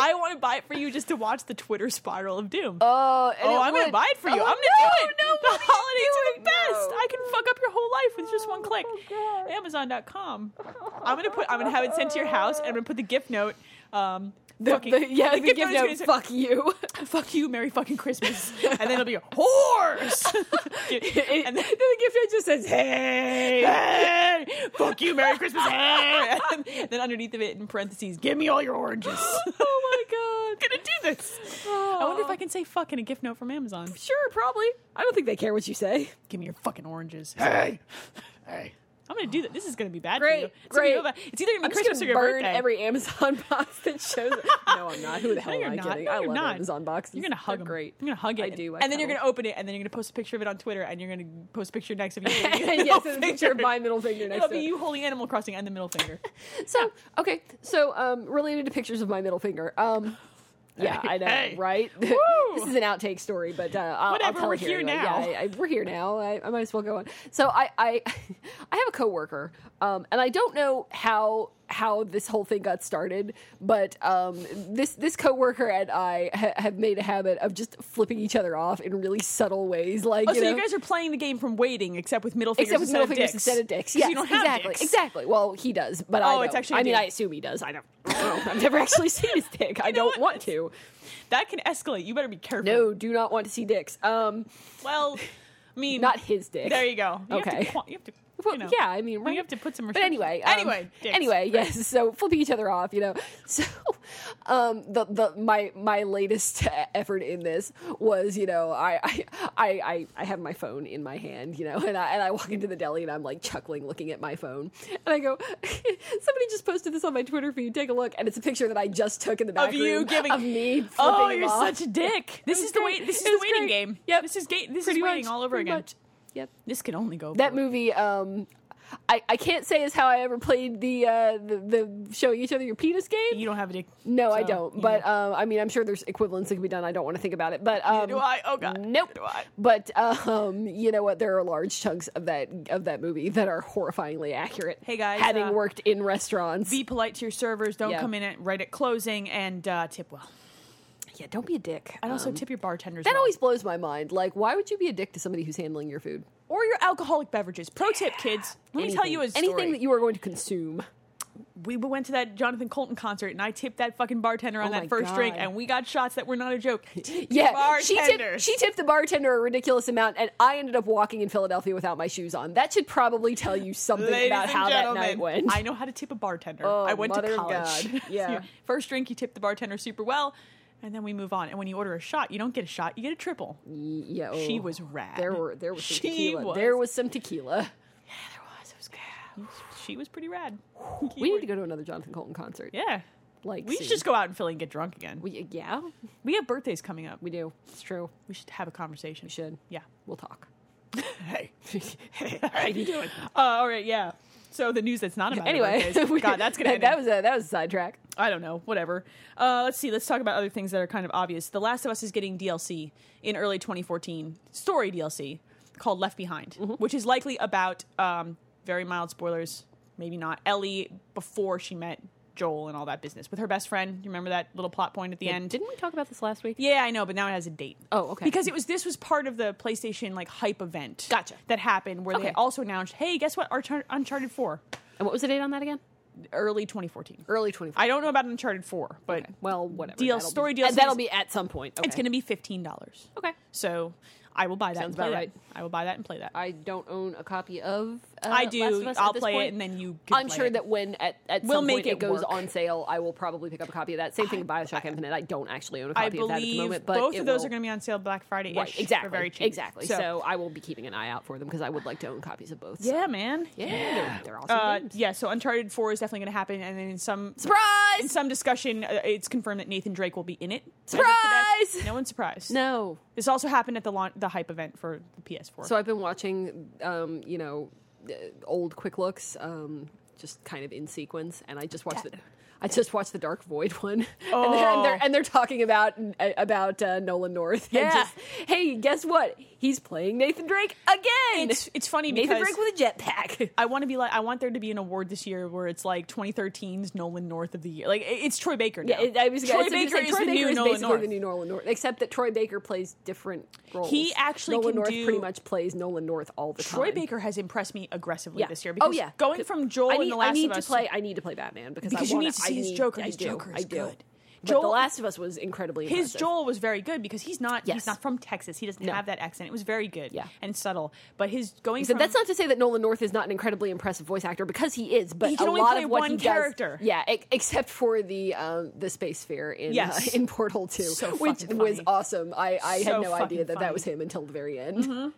A: I want to buy it for you just to watch the Twitter spiral of doom.
B: Oh, and
A: Oh,
B: it
A: I'm gonna
B: would-
A: buy it for you.
B: Oh,
A: I'm gonna
B: no,
A: do it.
B: No,
A: the holidays are the best.
B: No. Oh,
A: I can fuck up your whole life with just one click.
B: God.
A: Amazon.com. I'm gonna put. I'm gonna have it sent to your house, and I'm gonna put the gift note. Um,
B: The-
A: fucking,
B: the- yeah, the,
A: gift
B: gift
A: note
B: note.
A: is gonna
B: Fuck you.
A: say, fuck you, Merry fucking Christmas, and then it'll be whores.
B: and then the gift note just says,
A: hey, hey, fuck you, Merry Christmas, hey. And then underneath of it, in parentheses, give me all your oranges.
B: "Oh my god." Oh.
A: gonna do this. I wonder if I can say fuck in a gift note from Amazon.
B: Sure, probably. I don't think they care what you say.
A: Give me your fucking oranges.
C: Hey! Hey!
A: I'm gonna do that. This is gonna be bad. for
B: Great,
A: you. It's gonna be
B: great.
A: bad. It's either gonna be
B: I'm
A: Christmas
B: just
A: or
B: gonna
A: your
B: burn
A: birthday.
B: every Amazon box that shows. It. No, I'm not. Who the hell
A: No,
B: am
A: you're
B: I
A: not.
B: kidding?
A: No,
B: I
A: you're
B: love
A: not.
B: Amazon boxes.
A: You're gonna hug
B: They're
A: them.
B: Great.
A: You're gonna hug it.
B: I do. I
A: and then you're
B: cuddle.
A: gonna open it, and then you're gonna post a picture of it on Twitter, and you're gonna post a picture next of you. holding your
B: and yes, it's a
A: middle
B: picture of
A: finger.
B: my middle finger next
A: It'll
B: to
A: be
B: it.
A: you holding Animal Crossing and the middle finger.
B: So okay, so um, related to pictures of my middle finger. Um, yeah, I know,
A: Hey.
B: right? this is an outtake story, but uh, I'll, I'll
A: Whatever,
B: tell
A: we're
B: it
A: here
B: anyway.
A: now.
B: Yeah, I, I, we're here now. I, I might as well go on. So I, I, I have a coworker, um, and I don't know how how this whole thing got started, but um, this this coworker and I ha- have made a habit of just flipping each other off in really subtle ways. Like,
A: Oh,
B: you
A: so
B: know,
A: you guys are playing the game from waiting, except with middle fingers
B: except with
A: instead
B: middle
A: of
B: fingers
A: dicks.
B: instead of dicks.
A: 'Cause
B: Yes,
A: you don't have
B: exactly,
A: dicks.
B: exactly. Well, he does, but I
A: Oh,
B: don't.
A: it's actually
B: I
A: a
B: mean,
A: dick.
B: I assume he does. I don't. I don't know. I've never actually seen his dick. I don't
A: what?
B: want to.
A: That can escalate. You better be careful.
B: No, do not want to see dicks. Um,
A: Well, I mean,
B: not his dick.
A: There you go. You Have
B: Okay.
A: to, qua- you have to. you
B: Well,
A: know,
B: yeah, I mean, right?
A: you have to put some.
B: But anyway, um,
A: restrictions. anyway, dicks.
B: anyway, yes. So flipping each other off, you know. So, um, the the my my latest uh, effort in this was, you know, I I I I, I have my phone in my hand, you know, and I and I walk into the deli and I'm like chuckling, looking at my phone, and I go, somebody just posted this on my Twitter feed. Take a look, and it's a picture that I just took in the back
A: of you
B: room
A: giving
B: of me. Flipping
A: Oh,
B: him
A: you're
B: off.
A: such a dick. This
B: was
A: is the
B: great.
A: wait. This is
B: It
A: the
B: was
A: waiting
B: great.
A: game.
B: Yep.
A: This is gate. This
B: Pretty
A: is waiting
B: much,
A: all over
B: pretty
A: again.
B: much. Yep.
A: This can only go.
B: That
A: forward.
B: movie, um, I, I can't say is how I ever played the uh, the, the show each other your penis game.
A: You don't have a dick.
B: No, I
A: so,
B: don't.
A: you
B: But
A: know.
B: um, I mean, I'm sure there's equivalents that can be done. I don't want to think about it. But um,
A: do I. Oh, God.
B: nope.
A: Do I.
B: But um, you know what? There are large chunks of that of that movie that are horrifyingly accurate.
A: Hey, guys,
B: having
A: uh,
B: worked in restaurants,
A: be polite to your servers. Don't
B: Yeah.
A: come in at, right at closing and uh, tip well.
B: yeah, don't be a dick.
A: And also
B: Um,
A: tip your bartenders.
B: that
A: well.
B: always blows my mind. Like, why would you be a dick to somebody who's handling your food?
A: or your alcoholic beverages. Pro tip, kids. Let me tell you a story.
B: anything that you are going to consume.
A: we went to that Jonathan Colton concert, and I tipped that fucking bartender on
B: Oh my
A: that first drink,
B: God.
A: and we got shots that were not a joke.
B: Yeah, she tipped,
A: bartenders.
B: she tipped the bartender a ridiculous amount, and I ended up walking in Philadelphia without my shoes on. That should probably tell you something
A: Ladies
B: about
A: and
B: how that
A: gentlemen,
B: night went.
A: I know how to tip a bartender.
B: Oh,
A: I went
B: mother
A: to
B: of
A: college.
B: God. Yeah.
A: First drink, you tip the bartender super well, and then we move on. And when you order a shot, you don't get a shot, you get a triple.
B: yeah, oh,
A: She was rad.
B: There were there was some
A: She
B: tequila.
A: was-
B: There was some tequila.
A: She was pretty rad.
B: We need to go to another Jonathan Colton concert.
A: Yeah.
B: Like
A: We
B: soon.
A: should just go out in Philly and get drunk again. We,
B: We, yeah,
A: have birthdays coming up.
B: we do. It's true.
A: We should have a conversation.
B: We should.
A: Yeah.
B: We'll talk.
A: Hey.
B: How you doing?
A: Uh, all right, yeah. So the news that's not about
B: Anyway,
A: birthdays.
B: we-
A: God, that's gonna
B: that,
A: end
B: that
A: in-
B: was a that was a sidetrack.
A: I don't know, whatever. Uh, let's see. Let's talk about other things that are kind of obvious. The Last of Us is getting DLC in early 2014, story DLC called Left Behind,
B: Mm-hmm.
A: which is likely about um, very mild spoilers, maybe not Ellie before she met Joel and all that business with her best friend. You remember that little plot point at the end?
B: Didn't we talk about this last week?
A: Yeah, I know, but now it has a date.
B: Oh, okay.
A: Because it was this was part of the PlayStation like hype event.
B: Gotcha.
A: That happened where
B: Okay.
A: they also announced, "Hey, guess what? Unchar- Uncharted 4,
B: And what was the date on that again?
A: early 2014."
B: Early twenty.
A: I don't know about Uncharted 4, but
B: Well, whatever.
A: Deal-
B: That'll be-
A: story DLC 's-
B: That'll be at some point. Okay.
A: It's going to be fifteen dollars.
B: okay.
A: So I will buy that.
B: Sounds
A: and play
B: about
A: that.
B: right.
A: I will buy that and play that. I,
B: I don't own a copy of. Uh, Last of
A: do.
B: Us at
A: I'll
B: this
A: play
B: point.
A: it, and then you. Can
B: I'm
A: play
B: sure
A: it.
B: that when at, at
A: We'll
B: some
A: make
B: point
A: it
B: it goes
A: work.
B: on sale, I will probably pick up a copy of that. Same thing with Bioshock Infinite. I don't actually own a copy
A: I
B: of that at the
A: believe
B: moment, but
A: both
B: it
A: of those
B: will-
A: are going to be on sale Black Friday.
B: right exactly
A: For very cheap.
B: exactly. So, I will be keeping an eye out for them because I would like to own copies of both. so-
A: yeah, man.
B: yeah, They're, they're awesome
A: Uh,
B: games.
A: yeah. So Uncharted Four is definitely going to happen, and then in some in
B: Surprise!
A: some discussion, uh, it's confirmed that Nathan Drake will be in it. As of
B: Surprise!
A: today. No one's surprised.
B: No,
A: This also happened at the launch, the hype event for the PS4.
B: So I've been watching, um, you know, uh, old quick looks, um, just kind of in sequence, and I just watched the. I just watched the Dark Void one, and, they're, and, they're, and they're talking about uh, about uh, Nolan North. and
A: Oh. Yeah.
B: just, hey, guess what? He's playing Nathan Drake again.
A: it's it's funny
B: Nathan
A: because
B: Drake with a jetpack.
A: I want to be like I want there to be an award this year where it's like 2013's Nolan North of the year. Like it- it's Troy Baker now.
B: Yeah, it- I was,
A: Troy
B: I was gonna
A: Baker
B: say,
A: is
B: Troy
A: the
B: Baker
A: new
B: is
A: Nolan
B: basically
A: North.
B: the new Nolan North, except that Troy Baker plays different roles.
A: He actually
B: Nolan
A: can
B: North
A: do-
B: pretty much plays Nolan North all the
A: Troy
B: time.
A: Baker has impressed me aggressively
B: Yeah.
A: this year because
B: oh, yeah.
A: going from Joel
B: I need,
A: and the Last
B: I need
A: of
B: to
A: Us
B: play. I need to play Batman because,
A: because
B: I
A: you
B: wanna,
A: need to see
B: I
A: his
B: need,
A: Joker.
B: I
A: His
B: do,
A: Joker
B: I
A: is
B: do.
A: good.
B: Joel, The
A: Joel-
B: Last of Us was incredibly
A: his
B: impressive.
A: Joel was very good because he's not
B: Yes.
A: he's not from Texas. He doesn't
B: No.
A: have that accent. It was very good
B: Yeah.
A: and subtle. But his going
B: So
A: from
B: that's not to say that Nolan North is not an incredibly impressive voice actor because he is, but
A: He can
B: a
A: only
B: lot
A: play
B: of what
A: one
B: he does-
A: character.
B: yeah, e- except for the um, the space fair in
A: Yes.
B: uh, in Portal Two,
A: So
B: which
A: fucking
B: was
A: funny.
B: awesome. I, I
A: So
B: had no idea
A: fucking
B: that that was
A: funny. Mm-hmm.
B: him until the very end.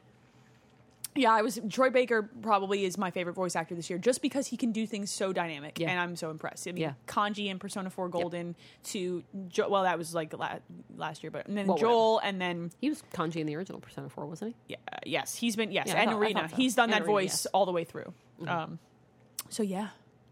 A: yeah, I was Troy Baker probably is my favorite voice actor this year just because he can do things so dynamic
B: Yeah.
A: and I'm so impressed. I mean,
B: Yeah.
A: Kanji and Persona 4 Golden to jo- well that was like la- last year but and then
B: Well, whatever.
A: Joel and then
B: He was Kanji in the original Persona Four, wasn't he?
A: yeah, yes, he's been yes,
B: Yeah, I
A: and
B: thought- I
A: Arena.
B: thought so.
A: He's done
B: And
A: that
B: Arena,
A: voice
B: yes. Mm-hmm.
A: all the way through. Um so yeah,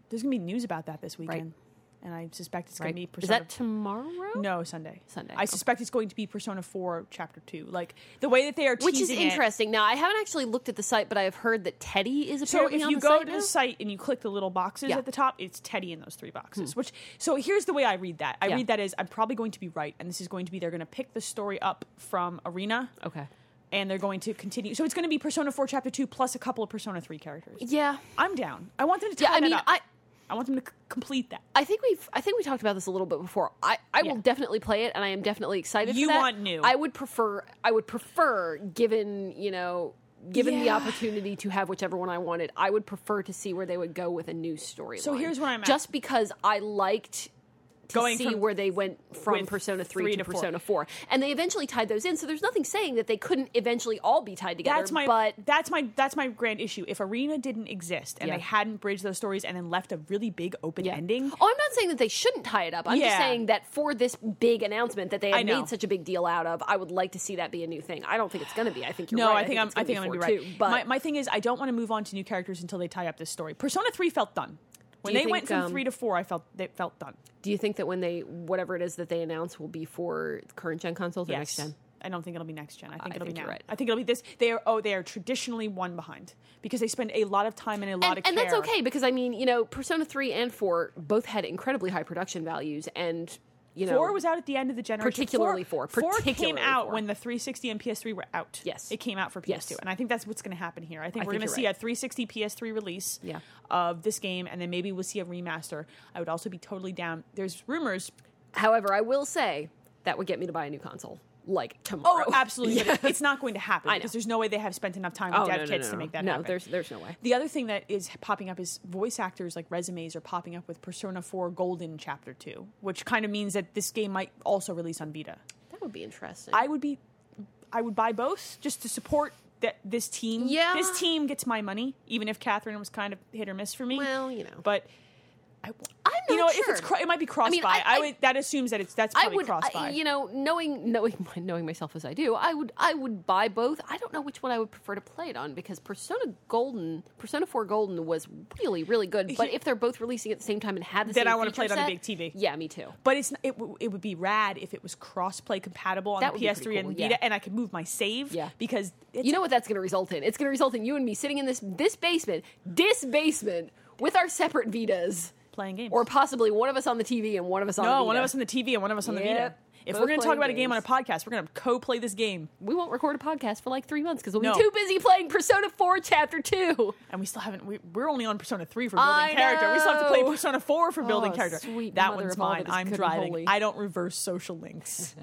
A: there's going to be news about that this weekend. And I suspect it's going to be
B: Is
A: Persona
B: that tomorrow?
A: No, Sunday.
B: Sunday,
A: I
B: okay.
A: suspect it's going to be Persona Four Chapter Two. Like the way that they are,
B: Which is
A: teasing it.
B: interesting. Now I haven't actually looked at the site, but I have heard that Teddy is
A: So
B: apparently
A: if
B: on
A: you
B: the
A: go
B: site
A: to
B: now.
A: the site and you click the little boxes
B: Yeah. Hmm.
A: at the top, it's Teddy in those three boxes. Which so here's the way I read that. I
B: Yeah.
A: read that as I'm probably going to be right, and this is going to be they're going to pick the story up from Arena,
B: Okay.
A: and they're going to continue. So it's going to be Persona Four Chapter Two plus a couple of Persona Three characters.
B: Yeah.
A: I'm down. I want them to. Tie
B: Yeah. I
A: that
B: mean,
A: up.
B: I.
A: I want them to c- complete that.
B: I think we've I think we talked about this a little bit before. I, I
A: Yeah.
B: will definitely play it and I am definitely excited
A: You
B: for that.
A: want new.
B: I would prefer I would prefer given, you know, given the
A: Yeah.
B: opportunity to have whichever one I wanted, I would prefer to see where they would go with a new story.
A: So here's where I'm at.
B: Just because I liked to
A: Going
B: see
A: from-
B: where they went from
A: with
B: Persona 3,
A: three
B: to,
A: to four.
B: Persona 4. And they eventually tied those in, so there's nothing saying that they couldn't eventually all be tied together.
A: That's my
B: but
A: that's my that's my grand issue. If Arena didn't exist and
B: Yeah.
A: they hadn't bridged those stories and then left a really big open
B: Yeah.
A: ending,
B: Oh, I'm not saying that they shouldn't tie it up. I'm just
A: Yeah.
B: saying that for this big announcement that they
A: I
B: had
A: know.
B: made such a big deal out of, I would like to see that be a new thing. I don't think it's going to be. I think you're
A: no,
B: right.
A: I think, I'm I think I'm
B: it's
A: gonna be
B: gonna
A: right.
B: four, too, but
A: my my thing is I don't want to move on to new characters until they tie up this story. Persona three felt done. When
B: you
A: they went
B: think,
A: from
B: um,
A: three to four, I felt they felt done.
B: do you think that when they whatever it is that they announce will be for current gen consoles or next gen?
A: I don't think it'll be next gen. I think
B: I
A: it'll
B: think
A: be
B: you're
A: now.
B: right.
A: I think it'll be this. They are oh they are traditionally one behind because they spend a lot of time and a lot
B: And,
A: of
B: and that's
A: care.
B: okay because I mean, you know, Persona three and four both had incredibly high production values, and you know,
A: Four was out at the end of the generation.
B: Particularly
A: four.
B: four.
A: came
B: Particularly
A: out
B: four.
A: when the 360 and PS3 were out.
B: Yes.
A: it came out for PS2,
B: Yes.
A: and I think that's what's going to happen here. I think
B: I
A: we're
B: think
A: going to
B: you're
A: see
B: right.
A: a 360 PS3 release
B: Yeah.
A: of this game, and then maybe we'll see a remaster. I would also be totally down. There's rumors.
B: However, I will say that would get me to buy a new console like
A: Oh,
B: tomorrow.
A: absolutely, but it- it's not going to happen
B: I know.
A: because there's no way they have spent enough time
B: Oh,
A: with
B: no,
A: dev
B: no,
A: kits
B: no,
A: to
B: no.
A: make that
B: no.
A: happen.
B: There's there's no way.
A: The other thing that is popping up is voice actors like resumes are popping up with Persona 4 Golden Chapter 2, which kind of means that this game might also release on Vita.
B: That would be interesting.
A: I would be, I would buy both just to support that this team.
B: Yeah.
A: this team gets my money, even if Catherine was kind of hit or miss for me.
B: Well, you know.
A: but I,
B: I'm
A: you know,
B: not
A: if it's
B: sure.
A: cro- it might be cross
B: I mean,
A: by. I,
B: I- I-
A: would that assumes that it's that's
B: I
A: probably
B: would,
A: cross by.
B: I, you know, knowing knowing my- knowing myself as I do, I would I would buy both. I don't know which one I would prefer to play it on because Persona Golden, Persona Four Golden was really really good. But if they're both releasing at the same time and had the
A: Then
B: same
A: I wanna play
B: feature
A: it on a
B: set-
A: big TV.
B: Yeah, me too.
A: but it's n- it, w- it would be rad if it was cross play compatible on
B: That
A: the
B: would be
A: PS3
B: pretty
A: and
B: cool,
A: Vita,
B: yeah.
A: and I could move my save.
B: Yeah.
A: because it's,
B: you know what that's going to result in? It's going to result in you and me sitting in this this basement, this basement with our separate Vitas,
A: playing games
B: or possibly one of us on the TV and one of us on the
A: no
B: Vita.
A: one of us on the TV and one of us on the Vita.
B: Yep.
A: If
B: Both
A: we're going to talk
B: playing
A: about a game on a
B: games.
A: podcast, we're going to co-play this game,
B: we won't record a podcast for like three months because we'll
A: No.
B: be too busy playing Persona Four Chapter Two.
A: and we still haven't. We, we're only on Persona Three for building
B: I
A: character. We still have to play
B: know.
A: Persona Four for building
B: Oh,
A: character.
B: sweet
A: that
B: mother
A: one's
B: of all
A: mine.
B: that is
A: I'm
B: good and
A: driving.
B: holy.
A: I don't reverse social links.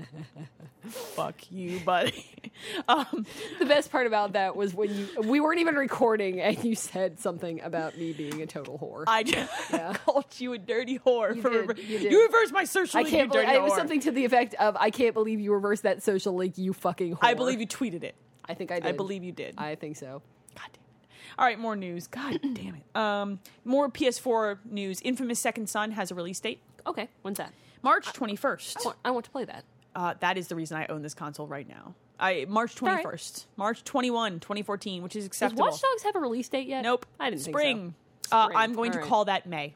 A: Fuck you, buddy. Um,
B: The best part about that was when you we weren't even recording and you said something about me being a total whore.
A: I just called you a dirty whore
B: You
A: for
B: did,
A: rever-
B: you did.
A: reversed my social.
B: I
A: link,
B: can't
A: you
B: believe
A: dirty
B: it was
A: whore.
B: something to the effect of I can't believe you reversed that social link, you fucking whore.
A: I believe you tweeted it.
B: I think I did.
A: I believe you did.
B: I think so.
A: God damn it. All right, more news. God damn it. Um, more PS4 news. Infamous Second Son has a release date,
B: Okay, when's that?
A: March 21st.
B: I want, I want to play that.
A: Uh, that is the reason I own this console right now. I March 21st, March 21, 2014, which is
B: Does
A: acceptable.
B: Watch Dogs have a release date yet?
A: Nope.
B: I didn't
A: Spring.
B: think
A: Uh,
B: Spring.
A: I'm going to
B: All right.
A: call that May.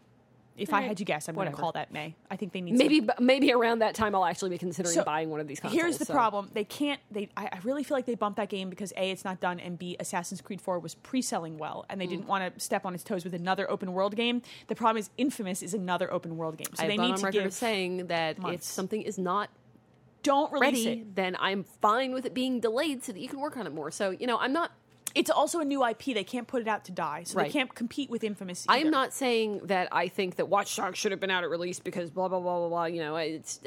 A: If I
B: right.
A: had to guess, I'm going to
B: Whatever.
A: call that May. I think they need
B: so.
A: some-
B: Maybe maybe around that time I'll actually be considering
A: So,
B: buying one of these consoles.
A: Here's the
B: so-
A: problem: they can't. They I, I really feel like they bumped that game because a it's not done, and b Assassin's Creed 4 was pre-selling well, and they
B: Hmm.
A: didn't want to step on its toes with another open world game. The problem is Infamous is another open world game, so
B: I've
A: they
B: gone
A: need
B: on
A: to
B: record
A: give.
B: of saying that if
A: months.
B: something is not
A: don't release
B: ready,
A: it.
B: then I'm fine with it being delayed so that you can work on it more. So, you know, I'm not
A: It's also a new IP. They can't put it out to die, so
B: Right.
A: they can't compete with Infamous.
B: I am
A: either.
B: not saying that I think that Watch Dogs should have been out at release because blah blah blah blah blah. You know, it's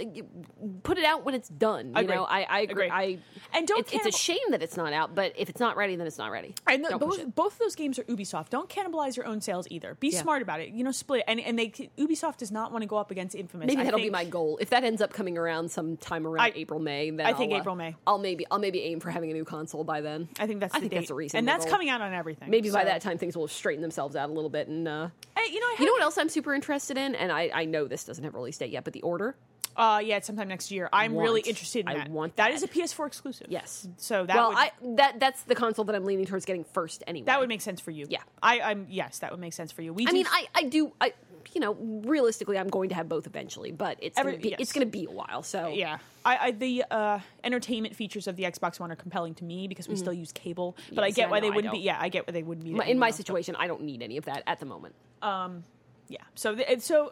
B: put it out when it's done. You
A: Agree.
B: know, I I agree.
A: Agree.
B: I
A: And don't
B: It's, it's a
A: cannibal-
B: shame that it's not out, but if it's not ready, then it's not ready.
A: And the,
B: Don't push
A: both, both of those games are Ubisoft. Don't cannibalize your own sales either. Be
B: Yeah.
A: smart about it. You know, split. it. And and they Ubisoft does not want to go up against Infamous.
B: Maybe
A: I
B: that'll be
A: think-
B: my goal. If that ends up coming around sometime around
A: I-
B: April May, then
A: I think
B: I'll, uh,
A: April, May.
B: I'll maybe I'll maybe aim for having a new console by then.
A: I think that's.
B: I
A: the
B: think
A: date.
B: that's a reason.
A: and that's coming out on everything.
B: Maybe by
A: so-
B: that time things will have straightened themselves out a little bit. And uh,
A: Hey, you know, I
B: you
A: had-
B: know what else I'm super interested in, and I, I know this doesn't have a release date yet, but the order.
A: Uh, yeah, it's sometime next year. I'm really
B: want-
A: interested in
B: I
A: that.
B: want
A: that
B: that.
A: is a PS4 exclusive.
B: Yes.
A: So that
B: well,
A: would,
B: I that that's the console that I'm leaning towards getting first anyway.
A: that would make sense for you.
B: Yeah.
A: I, I'm yes, that would make sense for you. We
B: I
A: do
B: mean, I, I do. I you know, realistically, I'm going to have both eventually, but it's
A: Every-
B: gonna be,
A: yes.
B: it's going to be a while. So
A: yeah. I, I the uh, entertainment features of the Xbox One are compelling to me because we still use cable. But I
B: Mm-hmm. Yes,
A: get
B: I
A: why they
B: know, I
A: wouldn't be.
B: don't.
A: Yeah, I get why they wouldn't be.
B: in my situation, I don't need any of that at the moment.
A: yeah. So the, and so.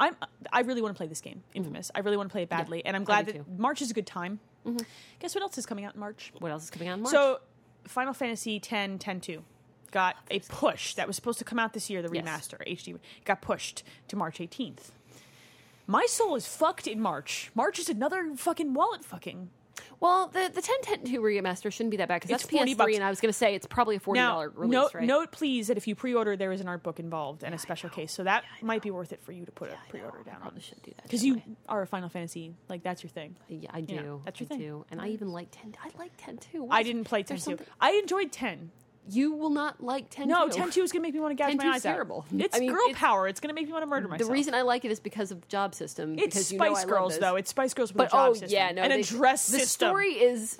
A: I'm, I really want to play this game, Infamous. I really want to play it badly, and I'm glad
B: do
A: that
B: too.
A: March is a good time. Guess what else is coming out in March?
B: What else is coming out? In March?
A: So, Final Fantasy X, 10 2 got a push that was supposed to come out this year, the
B: Yes.
A: remaster, HD, got pushed to March 18th. My soul is fucked in March. March is another fucking wallet fucking.
B: Well, the the ten ten two remaster shouldn't be that bad because that's
A: It's 40
B: PS3,
A: bucks.
B: and I was going to say it's probably a forty
A: Now,
B: dollar release.
A: note,
B: right?
A: note please that if you pre order, there is an art book involved and a special case. So that might be worth it for you to put a pre order down on.
B: probably should do that
A: Because
B: don't
A: you are a Final Fantasy. Like, that's your thing.
B: I? Yeah, I do.
A: you know, that's your
B: I
A: thing.
B: do. and I even like ten. I like ten two.
A: I didn't play 10
B: There's
A: 2.
B: something-
A: I enjoyed 10.
B: You will not like ten.
A: No, 10 2 is going to make me want to gouge
B: 10
A: my
B: 2
A: eyes
B: is terrible.
A: out. It's
B: I mean,
A: girl
B: it's-
A: power. It's going to make me want to murder
B: The
A: myself.
B: reason I like it is because of job system.
A: It's
B: because you know I
A: Spice
B: love
A: Girls
B: those.
A: though. It's Spice Girls with a
B: But
A: job
B: oh
A: system
B: yeah, no,
A: and
B: they-
A: a dress
B: The
A: system.
B: story is,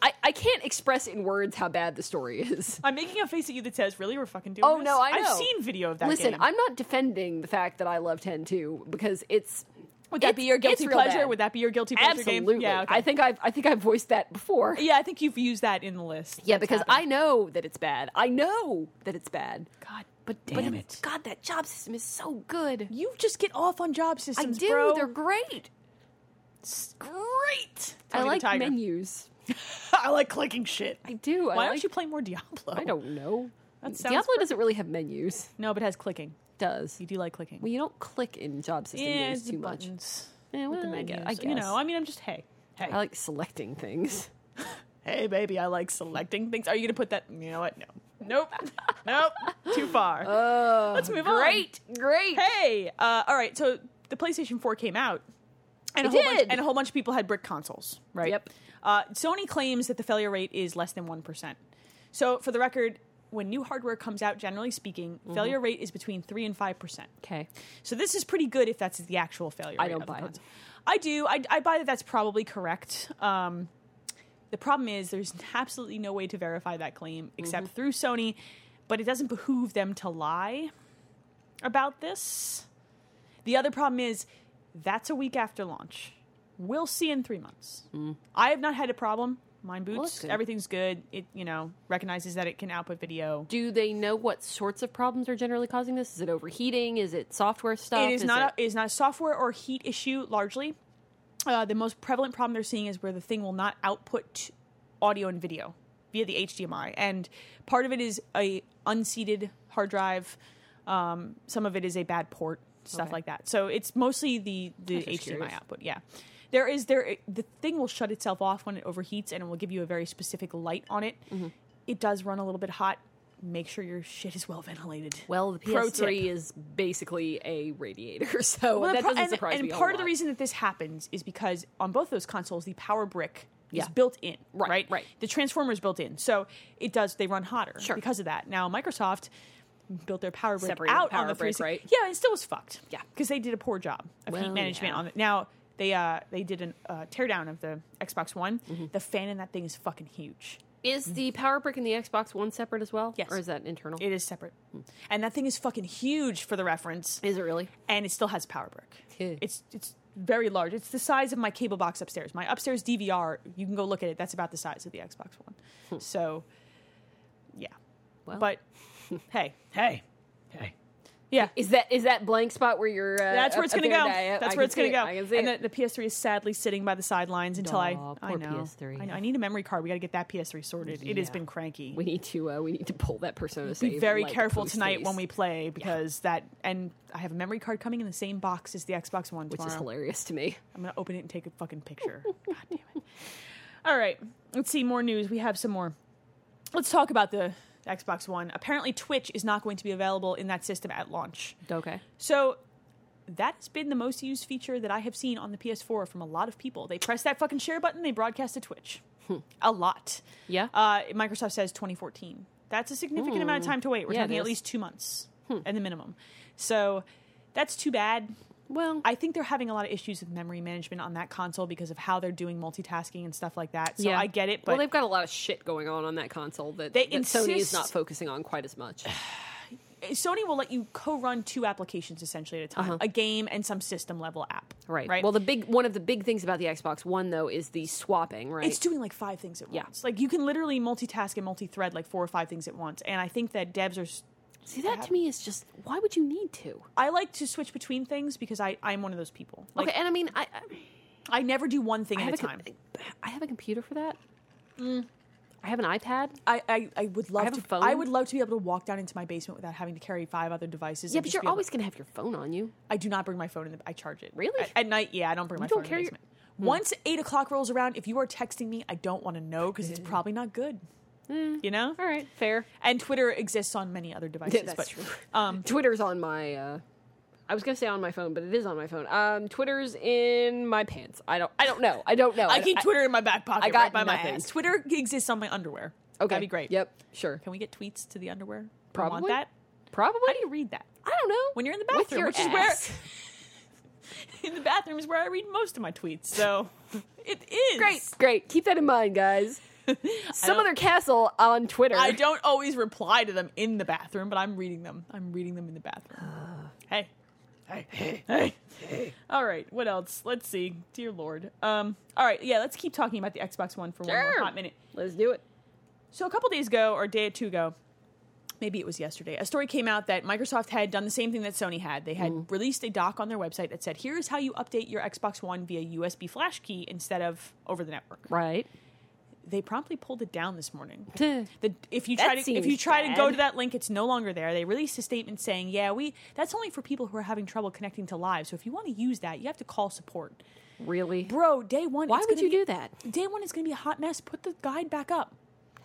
B: I I can't express in words how bad the story is.
A: I'm making a face at you that says, "Really, we're fucking doing
B: Oh
A: this?"
B: no, I know.
A: have seen video of that.
B: Listen,
A: game.
B: I'm not defending the fact that I love 10 too because it's
A: would that
B: it's-
A: be your guilty
B: it's real
A: pleasure?
B: bad.
A: Would that be your guilty pleasure
B: absolutely?
A: game? Yeah, okay.
B: I think I've I think I've voiced that before.
A: yeah, I think you've used that in the list.
B: Yeah, because I know that it's bad. I know that it's bad.
A: God,
B: But but
A: damn
B: it's-
A: it.
B: God, that job system is so good.
A: you just get off on job
B: I
A: systems,
B: do.
A: bro.
B: They're great.
A: It's great. Tony
B: I
A: the
B: like
A: Tiger.
B: menus.
A: I like clicking shit.
B: I do.
A: Why
B: I
A: don't
B: like-
A: you play more Diablo?
B: I don't know.
A: sounds
B: Diablo doesn't really have menus.
A: No, but it has clicking.
B: It does.
A: You do like clicking.
B: Well, you don't click in job system
A: yeah,
B: games
A: the
B: too much.
A: buttons.
B: Yeah,
A: with the
B: well, I
A: menus.
B: guess- I
A: You
B: guess.
A: know, I mean, I'm just hey, hey.
B: I like selecting things.
A: hey baby i like selecting things are you gonna put that you know what no nope nope too far let's move
B: Great, great.
A: on hey uh, all right so the playstation 4 came out and a
B: It
A: whole bunch,
B: did.
A: and a whole bunch of people had brick consoles right
B: Yep.
A: uh, sony claims that the failure rate is less than 1% so for the record when new hardware comes out generally speaking
B: Mm-hmm.
A: failure rate is between 3 and 5%
B: Okay.
A: so this is pretty good if that's the actual failure.
B: I
A: rate
B: don't
A: of the
B: buy it.
A: console. I do. I, I buy that. That's probably correct. Um, the problem is there's absolutely no way to verify that claim except
B: Mm-hmm.
A: through Sony, but it doesn't behoove them to lie about this. The other problem is that's a week after launch. We'll see in three months. I have not had a problem. Mine
B: Mm. that's
A: boots.
B: good.
A: Everything's good. It you know recognizes that it can output video.
B: Do they know what sorts of problems are generally causing this? Is it overheating? Is it software stuff?
A: It is not a, it is not a software or heat issue largely. Uh, the most prevalent problem they're seeing is where the thing will not output audio and video via the HDMI, and part of it is a unseated hard drive. Um, some of it is a bad port, stuff
B: Okay.
A: like that. So it's mostly the the
B: was just
A: HDMI
B: curious.
A: output. Yeah, there is there the thing will shut itself off when it overheats, and it will give you a very specific light on it.
B: Mm-hmm.
A: It does run a little bit hot. Make sure your shit is well ventilated.
B: Well, the
A: Pro tip.
B: PS3 is basically a radiator, so
A: Well, the
B: that
A: pro-
B: doesn't
A: and,
B: surprise
A: and
B: me. a
A: part of the
B: lot.
A: reason that this happens is because on both those consoles, the power brick
B: Yeah.
A: is built in,
B: Right,
A: right,
B: right.
A: The transformer is built in, so it does. They run hotter
B: Sure.
A: because of that. Now Microsoft built their power brick
B: Separated
A: out
B: the
A: on
B: power
A: the
B: brick,
A: 360
B: right?
A: Yeah, it still was fucked.
B: Yeah.
A: because they did a poor job of
B: Well,
A: heat management
B: yeah.
A: on it. Now they uh, they did a uh, teardown of the Xbox One.
B: Mm-hmm.
A: The fan in that thing is fucking huge.
B: is the power brick and the Xbox One separate as well,
A: Yes.
B: or is that internal?
A: It is separate,
B: Mm.
A: and that thing is fucking huge for the reference.
B: Is it really?
A: and it still has a power
B: Yeah.
A: brick. it's it's very large. It's the size of my cable box upstairs. My upstairs DVR, you can go look at it. That's about the size of the Xbox One. So, yeah.
B: Hmm. Well.
A: But hey, hey, hey. Yeah.
B: Is that is that blank spot where you're? Uh,
A: That's where it's
B: up-
A: gonna
B: up
A: go.
B: there? Yeah,
A: That's
B: I
A: where
B: can
A: it's gonna
B: see
A: go.
B: it. I can see
A: and
B: it.
A: The, the PS3 is sadly sitting by the sidelines until
B: Aw,
A: I. I
B: poor
A: know.
B: PS3.
A: I know. I need a memory card. We got to get that PS3 sorted. It has
B: Yeah.
A: been cranky.
B: we need to uh, we need to pull that persona.
A: be
B: save,
A: very
B: like,
A: careful
B: post
A: tonight
B: haste,
A: when we play because that and I have a memory card coming in the same box as the Xbox One
B: which
A: tomorrow.
B: is hilarious to me.
A: I'm gonna open it and take a fucking picture. God damn it! All right, let's see more news. We have some more. Let's talk about the Xbox One. Apparently, Twitch is not going to be available in that system at launch.
B: Okay.
A: So that has been the most used feature that I have seen on the PS4 from a lot of people. They press that fucking share button, they broadcast to Twitch.
B: Hmm.
A: a lot.
B: Yeah.
A: Uh, Microsoft says 2014. That's a significant amount of time to wait. We're
B: Hmm. Yeah, it
A: talking at
B: is. Hmm.
A: least two months at the minimum. So that's too bad.
B: Well,
A: I think they're having a lot of issues with memory management on that console because of how they're doing multitasking and stuff like that. So I get it, but
B: well, they've got a lot of shit going on on that console that,
A: They
B: that Sony is not
A: insist-
B: focusing on quite as much.
A: Sony will let you co-run two applications essentially at a time: a game and some system-level app.
B: Right.
A: Uh-huh. Right.
B: Well, the big one of the big things about the Xbox One though is the swapping. Right.
A: It's doing like five things at
B: Yeah.
A: once. Like you can literally multitask and multi-thread like four or five things at once. And I think that devs are. s-
B: See, that to me is just why would you need to?
A: I like to switch between things because I I'm one of those people. Like
B: okay, and I mean, I, I,
A: I never do one thing
B: I
A: at
B: have
A: a
B: a com-
A: time.
B: I have a computer for that. Mm. I have an iPad.
A: I, I I would love
B: have
A: to.
B: a phone.
A: I would love to be able to walk down into my basement without having to carry five other devices.
B: Yeah,
A: and
B: but
A: just
B: you're
A: be able-
B: always going to have your phone on you.
A: I do not bring my phone in. The, I charge it.
B: Really?
A: At, at night, yeah, I don't bring my
B: don't
A: phone in
B: carry
A: the
B: your- Hmm.
A: basement. Once eight o'clock rolls around, if you are texting me, I don't want to know because it's
B: Mm.
A: probably not good.
B: Hmm.
A: You know.
B: All right, fair.
A: And Twitter exists on many other devices.
B: that's
A: but,
B: true.
A: Um,
B: Twitter's on my. Uh, I was going to say on my phone, but it is on my phone. Um, Twitter's in my pants. I don't. I don't know. I don't know.
A: I keep Twitter in my back pocket.
B: I got
A: right by my
B: nothing.
A: ass. Twitter exists on my underwear.
B: okay,
A: that'd be great.
B: Yep. Sure.
A: Can we get tweets to the underwear? I want
B: Probably.
A: that.
B: Probably.
A: How do you read that?
B: I don't know.
A: When you're in the
B: With
A: bathroom,
B: your
A: which
B: ass.
A: is where in the bathroom is where I read most of my tweets. So it is
B: Great. Great. Keep that in mind, guys. Some
A: don't-
B: other castle on Twitter.
A: I don't always reply to them in the bathroom, but I'm reading them. I'm reading them in the bathroom. hey. Hey, hey, hey. All right, what else? Let's see. Dear Lord. Um, all right, yeah, let's keep talking about the Xbox One for one
B: Sure.
A: more hot minute.
B: Let's do it.
A: So a couple days ago, or a day or two ago, maybe it was yesterday, a story came out that Microsoft had done the same thing that Sony had. They had released a doc on their website that said, "Here is how you update your Xbox One via USB flash key instead of over the network."
B: Right.
A: They promptly pulled it down this morning.
B: Tuh.
A: The, if you try
B: That
A: to if you
B: seems
A: try to go
B: bad.
A: to that link, it's no longer there. They released a statement saying, "Yeah, we that's only for people who are having trouble connecting to live. So if you want to use that, you have to call support."
B: Really?
A: Bro, day one.
B: Why
A: it's
B: would
A: gonna
B: you
A: be-
B: do that?
A: Day one is going to be a hot mess. Put the guide back up.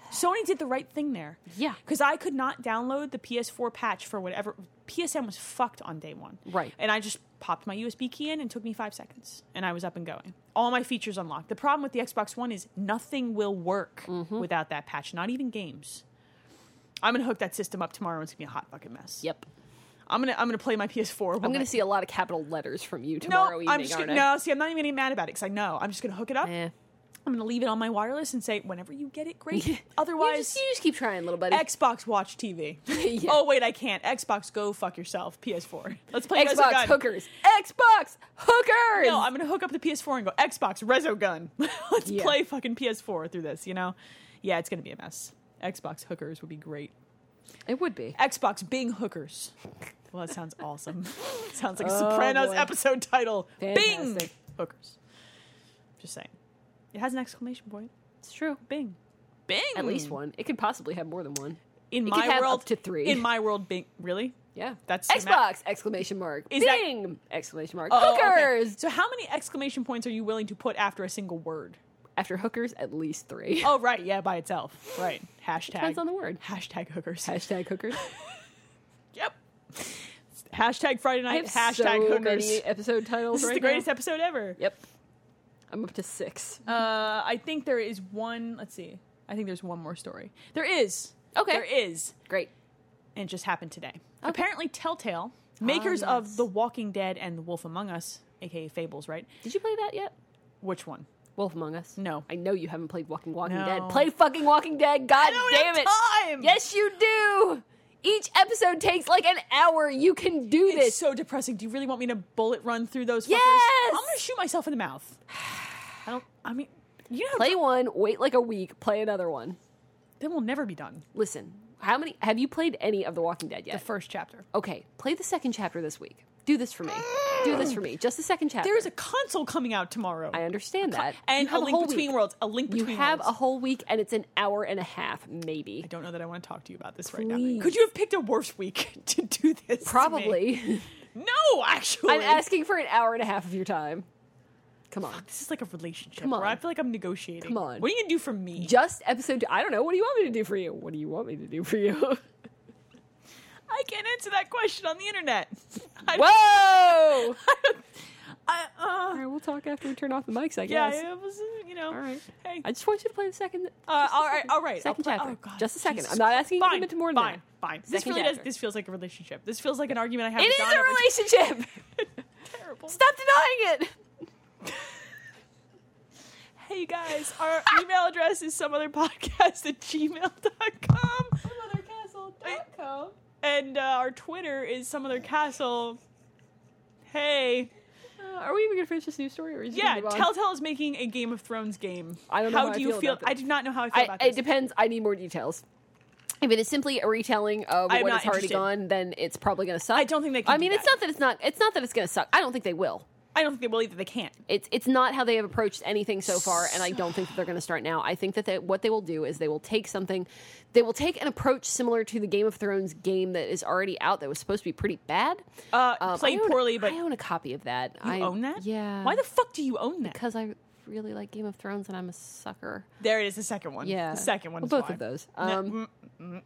A: Sony did the right thing there.
B: Yeah.
A: Because I could not download the PS4 patch for whatever. PSN was fucked on day one.
B: Right.
A: And I just popped my USB key in and it took me five seconds. And I was up and going. All my features unlocked. The problem with the Xbox One is nothing will work
B: Mm-hmm.
A: without that patch, not even games. I'm going to hook that system up tomorrow. and It's going to be a hot fucking mess.
B: Yep.
A: I'm going to I'm gonna play Oh my PS4.
B: I'm going to see a lot of capital letters from you
A: No,
B: tomorrow evening.
A: I'm just
B: aren't
A: gonna,
B: I?
A: no. See, I'm not even getting mad about it because I know I'm just gonna hook it up.
B: Eh.
A: I'm going to leave it on my wireless and say, whenever you get it, great. Otherwise,
B: you just, you just keep trying, little buddy.
A: Xbox Watch TV.
B: Yeah.
A: Oh, wait, I can't. Xbox, go fuck yourself. PS4. Let's play Resogun.
B: Xbox hookers. Xbox hookers.
A: No, I'm going to hook up the PS4 and go, Xbox, Resogun. Let's
B: Yeah.
A: play fucking PS4 through this, you know? Yeah, it's going to be a mess. Xbox hookers would be great.
B: it would be.
A: Xbox Bing hookers. Well, that sounds awesome. sounds like a Sopranos
B: Oh, boy.
A: episode title. Bing
B: Fantastic.
A: hookers. Just saying. It has an exclamation point.
B: It's true.
A: Bing. Bing.
B: At least
A: Hmm.
B: one. It could possibly have more than one.
A: in
B: It
A: my
B: could have
A: world
B: up to three.
A: in my world bing really
B: Yeah.
A: That's the ma-
B: Xbox exclamation mark.
A: Is that-
B: Bing exclamation mark.
A: Oh, okay.
B: hookers.
A: so how many exclamation points are you willing to put after a single word
B: After hookers, at least three.
A: oh right yeah by itself right hashtag
B: Depends on the word.
A: hashtag hookers
B: Hashtag hookers.
A: yep hashtag friday
B: I
A: night
B: have
A: hashtag
B: so
A: hookers
B: many episode titles
A: this is
B: right
A: the greatest
B: now.
A: episode ever
B: Yep. I'm up to six.
A: uh i think there is one let's see i think there's one more story there is
B: Okay.
A: there is
B: Great.
A: and it just happened today. Apparently, Telltale, makers of
B: Oh, yes.
A: The Walking Dead and The Wolf Among Us, aka Fables, right?
B: Did you play that yet?
A: Which one?
B: Wolf Among Us.
A: No.
B: I know you haven't played Walking Walking
A: No.
B: Dead. Play fucking Walking Dead. God
A: don't
B: damn
A: have
B: it.
A: time.
B: Yes, you do. Each episode takes like an hour. You can do
A: It's
B: this.
A: so depressing. Do you really want me to bullet run through those? fuckers?
B: Yes!
A: I'm gonna shoot myself in the mouth. I don't. I mean, you know, how
B: Play one, wait like a week, play another one.
A: then we'll never be done.
B: Listen, How many have you played any of The Walking Dead yet?
C: The first chapter.
B: okay, play the second chapter this week. Do this for me. Do this for me. Just the second chapter.
A: There's a console coming out tomorrow.
B: I understand that.
A: and
B: You
A: a
B: have
A: link
B: whole
A: between
B: week.
A: worlds. A link between
B: You have
A: worlds.
B: a whole week, and it's an hour and a half, maybe.
A: I don't know that I want to talk to you about this right now.
B: Please.
A: Could you have picked a worse week to do this? to me?
B: Probably.
A: No, actually.
B: I'm asking for an hour and a half of your time. Come on.
A: This is like a relationship
B: Come
A: where I
B: on.
A: feel like I'm negotiating.
B: Come on.
A: What are you going to do for me?
B: Just episode. Two. I don't know. What do you want me to do for you? What do you want me to do for you?
A: I can't answer that question on the internet. I,
B: Whoa!
A: I, uh,
B: All right, we'll talk after we turn off the mics. I
A: yeah,
B: guess.
A: it was, uh, you know.
B: All right.
A: Hey.
B: I just want you to play the
A: Uh,
B: second. just the
A: all right,
B: second-
A: all right. I'll
B: Second
A: play-
B: chapter.
A: Oh, God,
B: just a second.
A: Jesus
B: I'm not asking you to
A: Fine,
B: commit to more than
A: fine,
B: that.
A: Fine, This
B: Second
A: really does.
B: chapter.
A: This feels like a relationship. This feels like an argument I have.
B: It
A: with
B: is
A: Don over-
B: a relationship.
A: Terrible.
B: Stop denying it.
A: Hey you guys, our email address is someotherpodcast at gmail.com.
C: Mothercastle.com.
A: And uh, our Twitter is someothercastle. Hey.
B: Uh, are we even gonna finish this news story? Or is
A: Yeah,
B: move on?
A: Telltale is making a Game of Thrones game.
B: I don't know how
A: do
B: I
A: you
B: feel
A: feel?
B: about this.
A: I do not know how I feel
B: I,
A: about
B: it
A: this.
B: depends. I need more details. If it is simply a retelling of
A: I am
B: what
A: not
B: is already
A: interested.
B: gone, then it's probably going to suck.
A: I don't think they can
B: I
A: do
B: mean, it's
A: that.
B: not that it's not. It's not that it's going to suck. I don't think they will.
A: I don't think they believe that they can't.
B: It's it's not how they have approached anything so far, and I don't think that they're going to start now. I think that they, what they will do is they will take something, they will take an approach similar to the Game of Thrones game that is already out that was supposed to be pretty bad,
A: Uh,
B: Um,
A: played
B: I own-
A: poorly, but
B: I own a copy of that.
A: you
B: I
A: own that?
B: Yeah.
A: Why the fuck do you own that?
B: Because I really like Game of Thrones, and I'm a sucker.
A: there it is, the second one.
B: Yeah,
A: The second one
B: Well,
A: is
B: both
A: why.
B: of those.
A: No,
B: Um,
A: mm,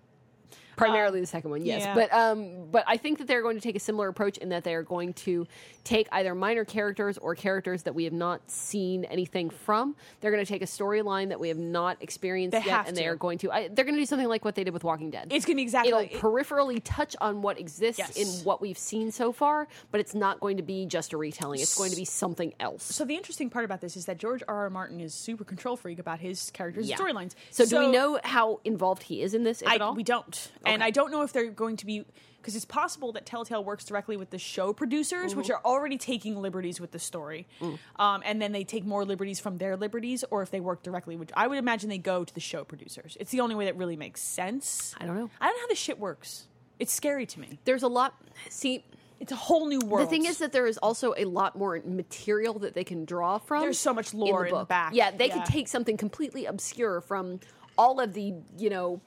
B: primarily the second one yes
A: yeah.
B: but um but i think that they're going to take a similar approach in that they are going to take either minor characters or characters that we have not seen anything from they're going to take a storyline that we have not experienced
A: They have
B: yet and they
A: to.
B: are going to I, they're going to do something like what they did with walking dead
A: it's going to be exactly
B: It'll
A: like-
B: peripherally touch on what exists
A: Yes.
B: in what we've seen so far, but it's not going to be just a retelling. It's going to be something else.
A: So the interesting part about this is that George R. R. Martin is super control freak about his characters
B: Yeah.
A: and storylines.
B: So, do we know how involved he is in this, if
A: I,
B: at all?
A: We don't, and
B: Okay.
A: I don't know if they're going to be because it's possible that Telltale works directly with the show producers,
B: Mm-hmm.
A: which are already taking liberties with the story,
B: Mm.
A: um, and then they take more liberties from their liberties, or if they work directly, which I would imagine they go to the show producers. It's the only way that really makes sense.
B: I don't know.
A: I don't know how this shit works. It's scary to me.
B: There's a lot. See,
A: It's a whole new world.
B: The thing is that there is also a lot more material that they can draw from.
A: There's so much lore in the
B: book.
A: back.
B: Yeah, they
A: Yeah.
B: could take something completely obscure from all of the you know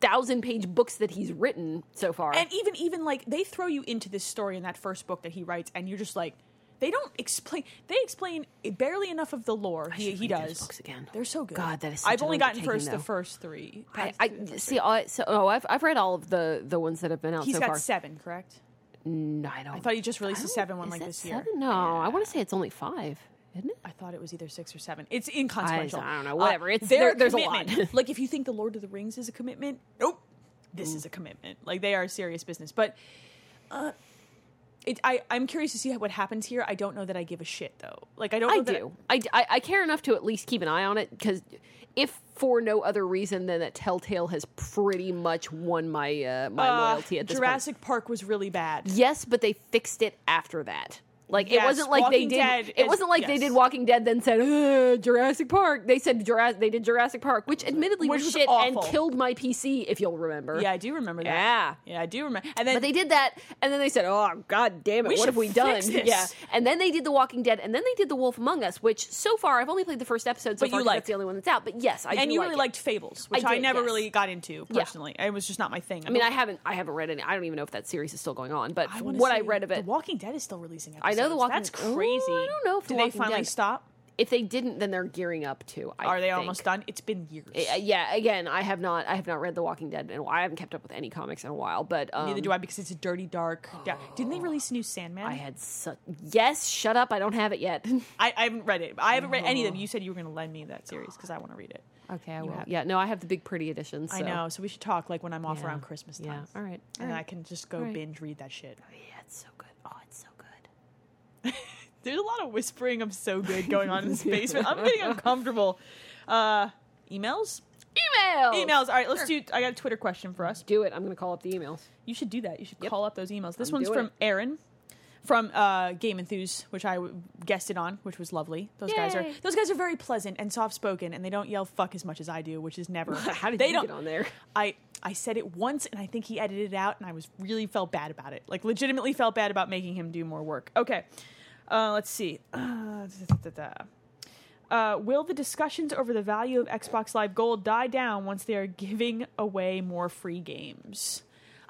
B: thousand page books that he's written so far.
A: and even even like they throw you into this story in that first book that he writes and you're just like they don't explain they explain barely enough of the lore he,
B: should
A: he
B: read those
A: does
B: books again.
A: they're so good
B: God, that is such
A: i've
B: an
A: only gotten
B: undertaking,
A: first the
B: though.
A: first three
B: I,
A: past
B: I
A: three.
B: see. I, so oh, I've I've read all of the the ones that have been out
A: He's
B: so
A: got
B: far.
A: seven correct
B: no, I don't.
A: i thought he just released
B: I
A: a
B: don't-
A: seven one
B: is
A: like
B: that
A: this
B: seven?
A: year
B: No, I want to say it's only five, isn't it?
A: I thought it was either six or seven. It's inconsequential. Uh,
B: I don't know. Whatever. It's- there- there's a lot.
A: commitment. like if you think the Lord of the Rings is a commitment, nope, this is a commitment. Like they are serious business. But uh, it, I, I'm curious to see what happens here. I don't know that I give a shit though. Like I don't.
B: I
A: know that
B: do. I, I, I care enough to at least keep an eye on it because if for no other reason than that Telltale has pretty much won my uh, my
A: Uh,
B: loyalty at this point.
A: Jurassic Park was really bad.
B: Yes, but they fixed it after that. Like
A: Yes,
B: it wasn't like
A: Walking
B: they did.
A: Dead
B: it
A: is-
B: wasn't like they
A: yes.
B: did Walking Dead, then said "Ugh, Jurassic Park. They said Jurassic. They did Jurassic Park, which admittedly
A: Which
B: was,
A: was
B: shit
A: awful.
B: and killed my PC. If you'll remember,
A: Yeah, I do remember that.
B: Yeah.
A: yeah, I do remember. And then
B: but they did that, and then they said, "Oh God damn it!
A: We
B: what
A: should
B: have we done?"
A: fix this.
B: Yeah, and then they did The Walking Dead, and then they did The Wolf Among Us, which so far I've only played the first episode. So
A: But
B: far,
A: you
B: 'cause
A: liked
B: that's the only one that's out. But yes, I
A: and
B: do
A: you
B: like
A: really
B: it.
A: liked Fables, which
B: I
A: I,
B: did,
A: never
B: yes.
A: really got into
B: Yeah.
A: personally. It was just not my thing.
B: I mean, I haven't, I haven't read any. I don't even know if that series is still going on. But from
A: wanna
B: what I
A: say
B: read of
A: The
B: it,
A: Walking Dead is still releasing
B: I
A: episodes.
B: know The Walking-
A: That's crazy.
B: Ooh, I don't know if
A: Do
B: The
A: they
B: Walking
A: finally
B: Dead-
A: stop?
B: if they didn't, then they're gearing up to. I
A: Are they
B: think.
A: almost done? It's been years.
B: Uh, Yeah. Again, I have not. I have not read The Walking Dead, and I haven't kept up with any comics in a while. But um,
A: Neither do I because it's a dirty dark. da- Didn't they release a new Sandman?
B: Oh. I had such. Yes, shut up. I don't have it yet.
A: I, I haven't read it. I haven't read any of them. You said you were going to lend me that series because I want to read it.
B: okay, I will.
A: have-
B: Yeah, no, I have the big pretty edition. So.
A: I know. So we should talk like when I'm off
B: Yeah.
A: around Christmas time.
B: Yeah. All right. All
A: And
B: right.
A: I can just go
B: All right.
A: binge read that shit.
B: Yeah, it's so good. Oh, it's so good.
A: There's a lot of whispering of so good going on in this basement. I'm getting uncomfortable. Uh, emails?
B: Email.
A: Emails. All right, let's do. I got a Twitter question for us.
B: Do it. I'm going to call up the emails.
A: You should do that. You should call up those emails. This
B: I'm
A: one's
B: doing
A: from
B: it.
A: Aaron from uh, Game Enthuse, which I w- guested on, which was lovely. Those guys are
B: Yay.
A: those guys are very pleasant and soft spoken, and they don't yell fuck as much as I do, which is never.
B: How did
A: they
B: you
A: don't,
B: get on there?
A: I I said it once and I think he edited it out and I was really felt bad about it. Like legitimately felt bad about making him do more work. Okay. Uh, let's see. Uh, da, da, da, da. Uh, will the discussions over the value of Xbox Live Gold die down once they are giving away more free games?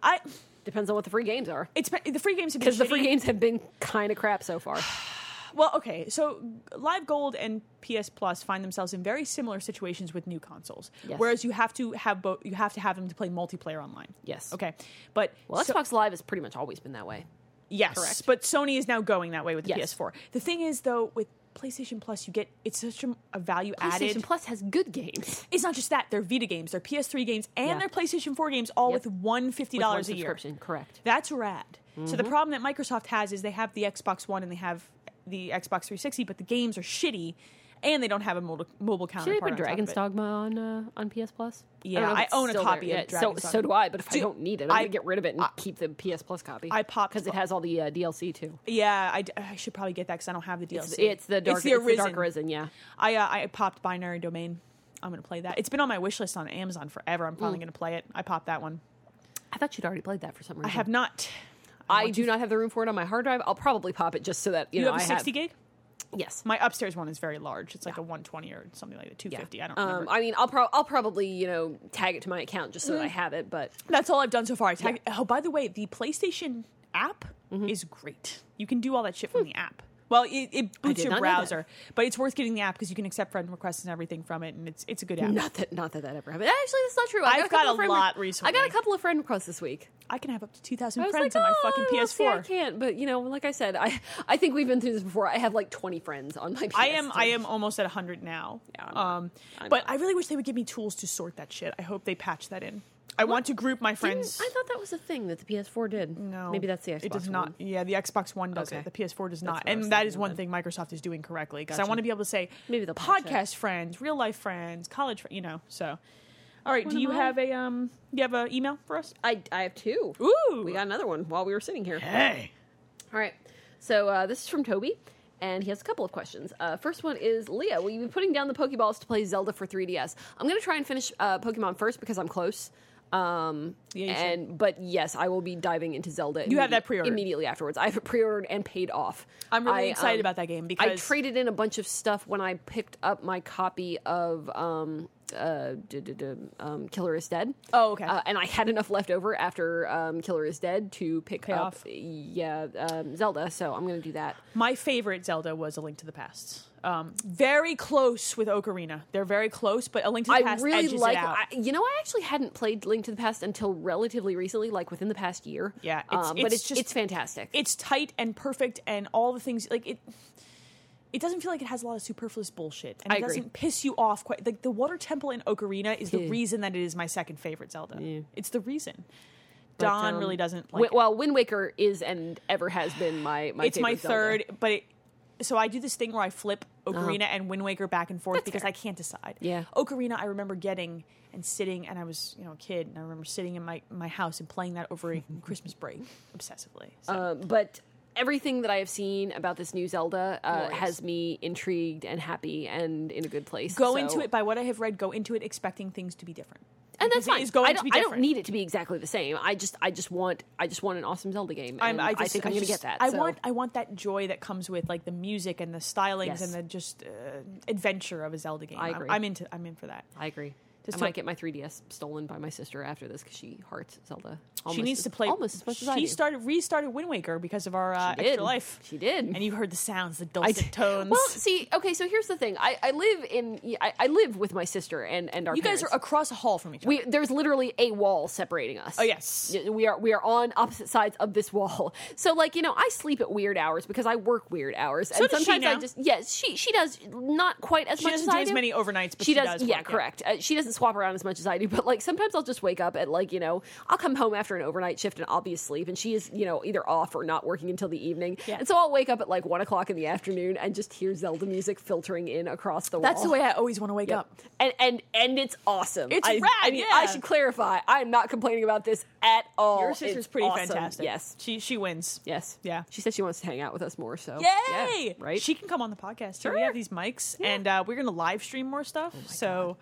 A: I
B: Depends on what the free games are.
A: it's been- the free games have been
B: Because the free
A: shitty.
B: games have been kind of crap so far.
A: Well, okay. So Live Gold and PS Plus find themselves in very similar situations with new consoles.
B: Yes.
A: Whereas you have to have both you have to have them to play multiplayer online.
B: Yes.
A: Okay. But
B: Well,
A: so-
B: Xbox Live has pretty much always been that way.
A: yes,
B: correct.
A: but Sony is now going that way with the
B: Yes.
A: PS4. The thing is though with PlayStation Plus you get it's such a, a value
B: PlayStation
A: added.
B: Plus has good games.
A: it's not just that, they're Vita games, they're PS3 games and
B: Yeah.
A: their PlayStation 4 games all
B: Yep.
A: with one fifty
B: With one
A: dollars a year.
B: subscription, correct?
A: That's rad. So the problem that Microsoft has is they have the Xbox One and they have the Xbox 360, but the games are shitty, and they don't have a mobile, mobile
B: Should
A: counterpart.
B: they put
A: on top of
B: Dragon's
A: it.
B: Dogma on uh, on PS Plus?
A: Yeah,
B: don't know if
A: I
B: it's
A: own a
B: still
A: copy of
B: yet.
A: Dragon's
B: so, so
A: Dogma.
B: do I, but if
A: Dude,
B: I don't need it, I'm
A: I-
B: gonna get rid of it and keep the PS Plus copy.
A: I popped-
B: because it has all the uh, DLC too.
A: Yeah, I, d- I should probably get that because I don't have the DLC.
B: It's, it's the dark, it's the,
A: Arisen.
B: Dark Arisen, yeah.
A: I uh, I popped Binary Domain. I'm gonna play that. It's been on my wish list on Amazon forever. I'm
B: Mm.
A: probably gonna play it. I popped that one.
B: I thought you'd already played that for some reason.
A: I have not.
B: I do not have the room for it on my hard drive. I'll probably pop it just so that you,
A: You
B: know
A: have a
B: I
A: 60 gig.
B: Yes.
A: My upstairs one is very large. It's like a 120 or something like that. 250. I don't
B: Um,
A: remember. Mm.
B: I mean, I'll pro- I'll probably you know tag it to my account just so that I have it. But
A: That's all I've done so far. I tag- Oh, by the way, the PlayStation app
B: Mm-hmm.
A: is great. You can do all that shit from the app. Well, it, it boots
B: Hmm. did
A: your
B: not know that.
A: browser, but it's worth getting the app because you can accept friend requests and everything from it, and it's it's a good app.
B: not that not that that ever happened. Actually, that's not true. I
A: I've
B: a
A: got
B: couple
A: a
B: of friend
A: lot
B: I got
A: recently.
B: a couple of friend requests this week.
A: I can have up to two thousand
B: I was
A: friends
B: like,
A: on my
B: oh,
A: fucking
B: well, see, I
A: PS4.
B: can't. But you know, like I said, I I think we've been through this before. I have like twenty friends on my. PS
A: I am I am almost at hundred now.
B: Yeah, I'm not.
A: um,
B: I'm
A: but I really wish they would give me tools to sort that shit. I hope they patch that in. I want to group my
B: Didn't-
A: friends.
B: I thought that was a thing that the PS4 did.
A: No,
B: maybe that's the Xbox.
A: It does
B: one.
A: not. Yeah, the Xbox One does
B: Okay.
A: it. The PS4 does not,
B: what I was
A: and that is
B: thinking
A: one
B: then.
A: thing Microsoft is doing correctly because I
B: Gotcha.
A: want to be able to say
B: Maybe they'll patch it.
A: podcast friends, real life friends, college, fr- you know. So, all right,
B: One
A: do
B: of
A: you
B: mine.
A: have a um? You have an email for us?
B: I I have two.
A: Ooh,
B: We got another one while we were sitting here.
A: hey.
B: All right. So uh, this is from Toby, and he has a couple of questions. Uh, first one is Leah, will you be putting down the Pokeballs to play Zelda for 3DS? I'm going to try and finish uh, Pokemon first because I'm close. Um,
A: Yeah, you should.
B: and but yes, I will be diving into Zelda.
A: You have that
B: immedi-
A: pre-ordered.
B: immediately afterwards. I have it pre-ordered and paid off.
A: I'm really
B: I,
A: excited
B: um,
A: about that game
B: I
A: because
B: traded in a bunch of stuff when I picked up my copy of um, uh, duh, duh, duh, um, Killer is Dead.
A: Oh, okay.
B: Uh, and I had enough left over after um, Killer is Dead to pick up,
A: off.
B: yeah, um, Zelda. So I'm going to do that.
A: My favorite Zelda was A Link to the Past. Um, very close with Ocarina. They're very close, but A Link to the
B: I
A: Past
B: really
A: edges it
B: like.
A: out.
B: I, you know, I actually hadn't played Link to the Past until relatively recently, like within the past year.
A: Yeah, it's-
B: um, but
A: it's
B: it's
A: just-
B: it's fantastic.
A: it's tight and perfect and all the things like it it doesn't feel like it has a lot of superfluous bullshit and
B: I
A: it
B: agree.
A: doesn't piss you off quite like the water temple in ocarina is the
B: Yeah.
A: reason that it is my second favorite zelda it's the reason
B: But,
A: don
B: um,
A: really doesn't
B: Wi-
A: like it.
B: well, Wind Waker is and ever has been my my.
A: it's my
B: favorite Zelda. Uh-huh.
A: third but it so i do this thing where i flip ocarina and wind waker back and forth because i can't decide
B: Yeah.
A: ocarina i remember getting and sitting and i was you know a kid and i remember sitting in my, my house and playing that over christmas break obsessively so.
B: Um, but everything that I have seen about this new Zelda uh,
A: Glorious.
B: has me intrigued and happy and in a good place.
A: go
B: So-
A: into it by what I have read. Go into it expecting things to be different,
B: and
A: Because
B: that's
A: it
B: fine.
A: is going
B: I
A: to
B: don't,
A: be
B: I
A: different.
B: don't need it to be exactly the same. I just, I just want, I just want an awesome Zelda game.
A: I'm,
B: and
A: I, just,
B: think I'm going to
A: just-
B: get that.
A: I
B: so-
A: want I want that joy that comes with like the music and the stylings
B: Yes.
A: and the just uh, adventure of a Zelda game.
B: I
A: I'm-
B: agree.
A: I'm, into I'm in for that.
B: I agree.
A: Just
B: I
A: to-
B: might get my 3DS stolen by my sister after this because she hearts Zelda. Almost
A: she needs
B: as-
A: to play
B: almost as much
A: She
B: as I do.
A: started restarted Wind Waker because of our uh,
B: She did.
A: extra life.
B: She did.
A: and you heard the sounds, the
B: I
A: dulcet
B: did.
A: tones.
B: Well, see, okay, so here's the thing. I, I live in, I, I live with my sister and and our.
A: you guys
B: parents.
A: are across a hall from each other.
B: We there's literally a wall separating us. Oh
A: yes.
B: we are we are on opposite sides of this wall. So like you know, I sleep at weird hours because I work weird hours, and
A: does she
B: sometimes I
A: now.
B: just yes, she she does not quite as
A: she
B: much
A: doesn't
B: as
A: do
B: I
A: as
B: do.
A: many overnights, but she, does.
B: yeah,
A: work,
B: correct. Uh, she doesn't swap around as much as I do, but like sometimes I'll just wake up at like you know I'll come home after an overnight shift and I'll be asleep, and she is you know either off or not working until the evening,
A: Yeah.
B: and so I'll wake up at like one o'clock in the afternoon and just hear Zelda music filtering in across the wall.
A: That's the way I always want to wake up.
B: And and and it's awesome.
A: It's
B: I,
A: rad,
B: I mean, I
A: yeah.
B: should clarify. I am not complaining about this at all.
A: Your sister's
B: It's
A: pretty
B: awesome.
A: fantastic.
B: Yes.
A: she she wins.
B: Yes.
A: Yeah.
B: She said she wants to hang out with us more. So Oh, yeah,
A: Yay!
B: right.
A: She can come on the podcast. too. We have these mics, and uh, we're going to live stream more stuff. so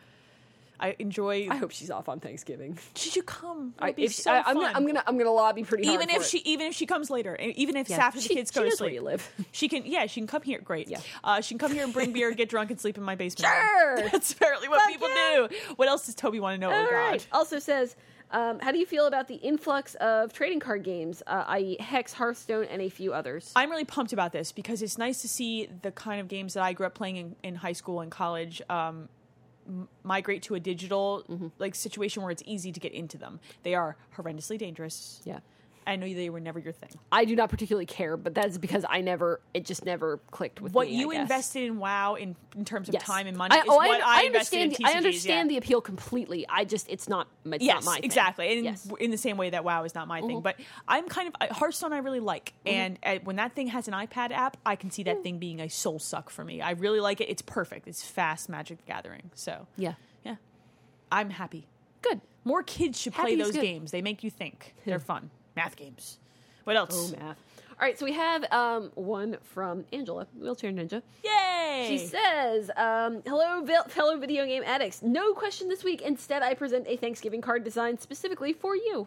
A: I enjoy.
B: Oh I hope she's off on Thanksgiving.
A: Should you come? It
B: I,
A: would be
B: if she,
A: so
B: I, I'm,
A: fun.
B: gonna, I'm gonna I'm gonna lobby pretty hard
A: even if
B: for it.
A: she even if she comes later, and even if
B: Yeah,
A: after the
B: she-
A: kids
B: she
A: go to
B: knows where
A: sleep,
B: you live.
A: she can. Yeah, she can come here. Great.
B: Yeah.
A: Uh, she can come here and bring beer, get drunk, and sleep in my basement.
B: Sure.
A: That's apparently what
B: Fuck
A: people
B: yeah.
A: do. What else does Toby want to know?
B: All
A: oh God.
B: right. Also says, um, how do you feel about the influx of trading card games, uh, i.e., Hex, Hearthstone, and a few others?
A: I'm really pumped about this because it's nice to see the kind of games that I grew up playing in, in high school and college um, m- migrate to a digital
B: Mm-hmm.
A: like situation where it's easy to get into them. They are horrendously dangerous.
B: yeah,
A: I know they were never your thing.
B: I do not particularly care, but that's because I never it just never clicked with
A: What
B: me, I
A: you
B: guess.
A: invested in WoW in, in terms of
B: Yes.
A: time and money is
B: oh,
A: what I, invested
B: understand.
A: in
B: the-
A: TCGs.
B: I understand
A: yeah.
B: the appeal completely. I just it's not. It's
A: yes,
B: not my thing.
A: exactly. And in-
B: Yes. Mm-hmm.
A: in the same way that WoW is not my thing, but I'm kind of I- Hearthstone. I really like, and uh, when that thing has an iPad app, I can see that
B: Mm.
A: thing being a soul suck for me. I really like it. It's perfect. It's fast Magic the Gathering. So
B: Yeah.
A: yeah, I'm happy.
B: Good.
A: More kids should play
B: Happy is
A: those
B: good.
A: games. They make you think. They're fun. Math games. What else?
B: Math. All right, so we have um, one from Angela, wheelchair ninja.
A: Yay!
B: She says, um, "Hello, vil- fellow video game addicts. No question this week. Instead, I present a Thanksgiving card designed specifically for you."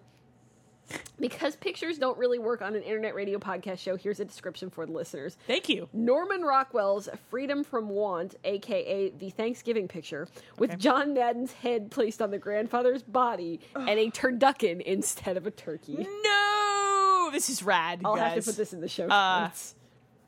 B: Because pictures don't really work on an internet radio podcast show, here's a description for the listeners.
A: Thank you.
B: Norman Rockwell's Freedom from Want, aka the Thanksgiving picture, with
A: Okay.
B: John Madden's head placed on the grandfather's body and a turducken instead of a turkey.
A: No, this is rad.
B: I'll
A: guys.
B: have to put this in the show
A: Uh,
B: notes.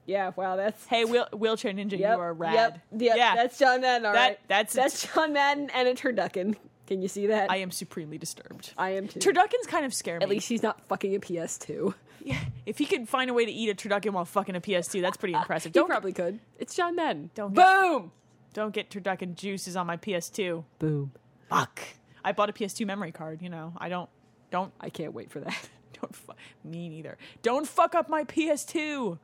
B: yeah, wow, that's
A: Hey, wheel- wheelchair ninja,
B: Yep,
A: you are rad.
B: Yep, yep,
A: yeah,
B: that's John Madden. All
A: That-
B: right,
A: that's-
B: that's John Madden and a turducken. Can you see that?
A: I am supremely distumed.
B: I am too.
A: Turduckins kind of scare me.
B: At least he's not fucking a PS2.
A: Yeah, if he could find a way to eat a turducken while fucking a PS2, that's pretty impressive.
B: He
A: Don't
B: probably could. It's John Madden.
A: Don't get-
B: boom,
A: don't get turducken juices on my PS2.
B: boom.
A: Fuck. I bought a PS2 memory card. You know, I don't don't
B: I can't wait for that.
A: don't fu- me neither. Don't fuck up my PS2.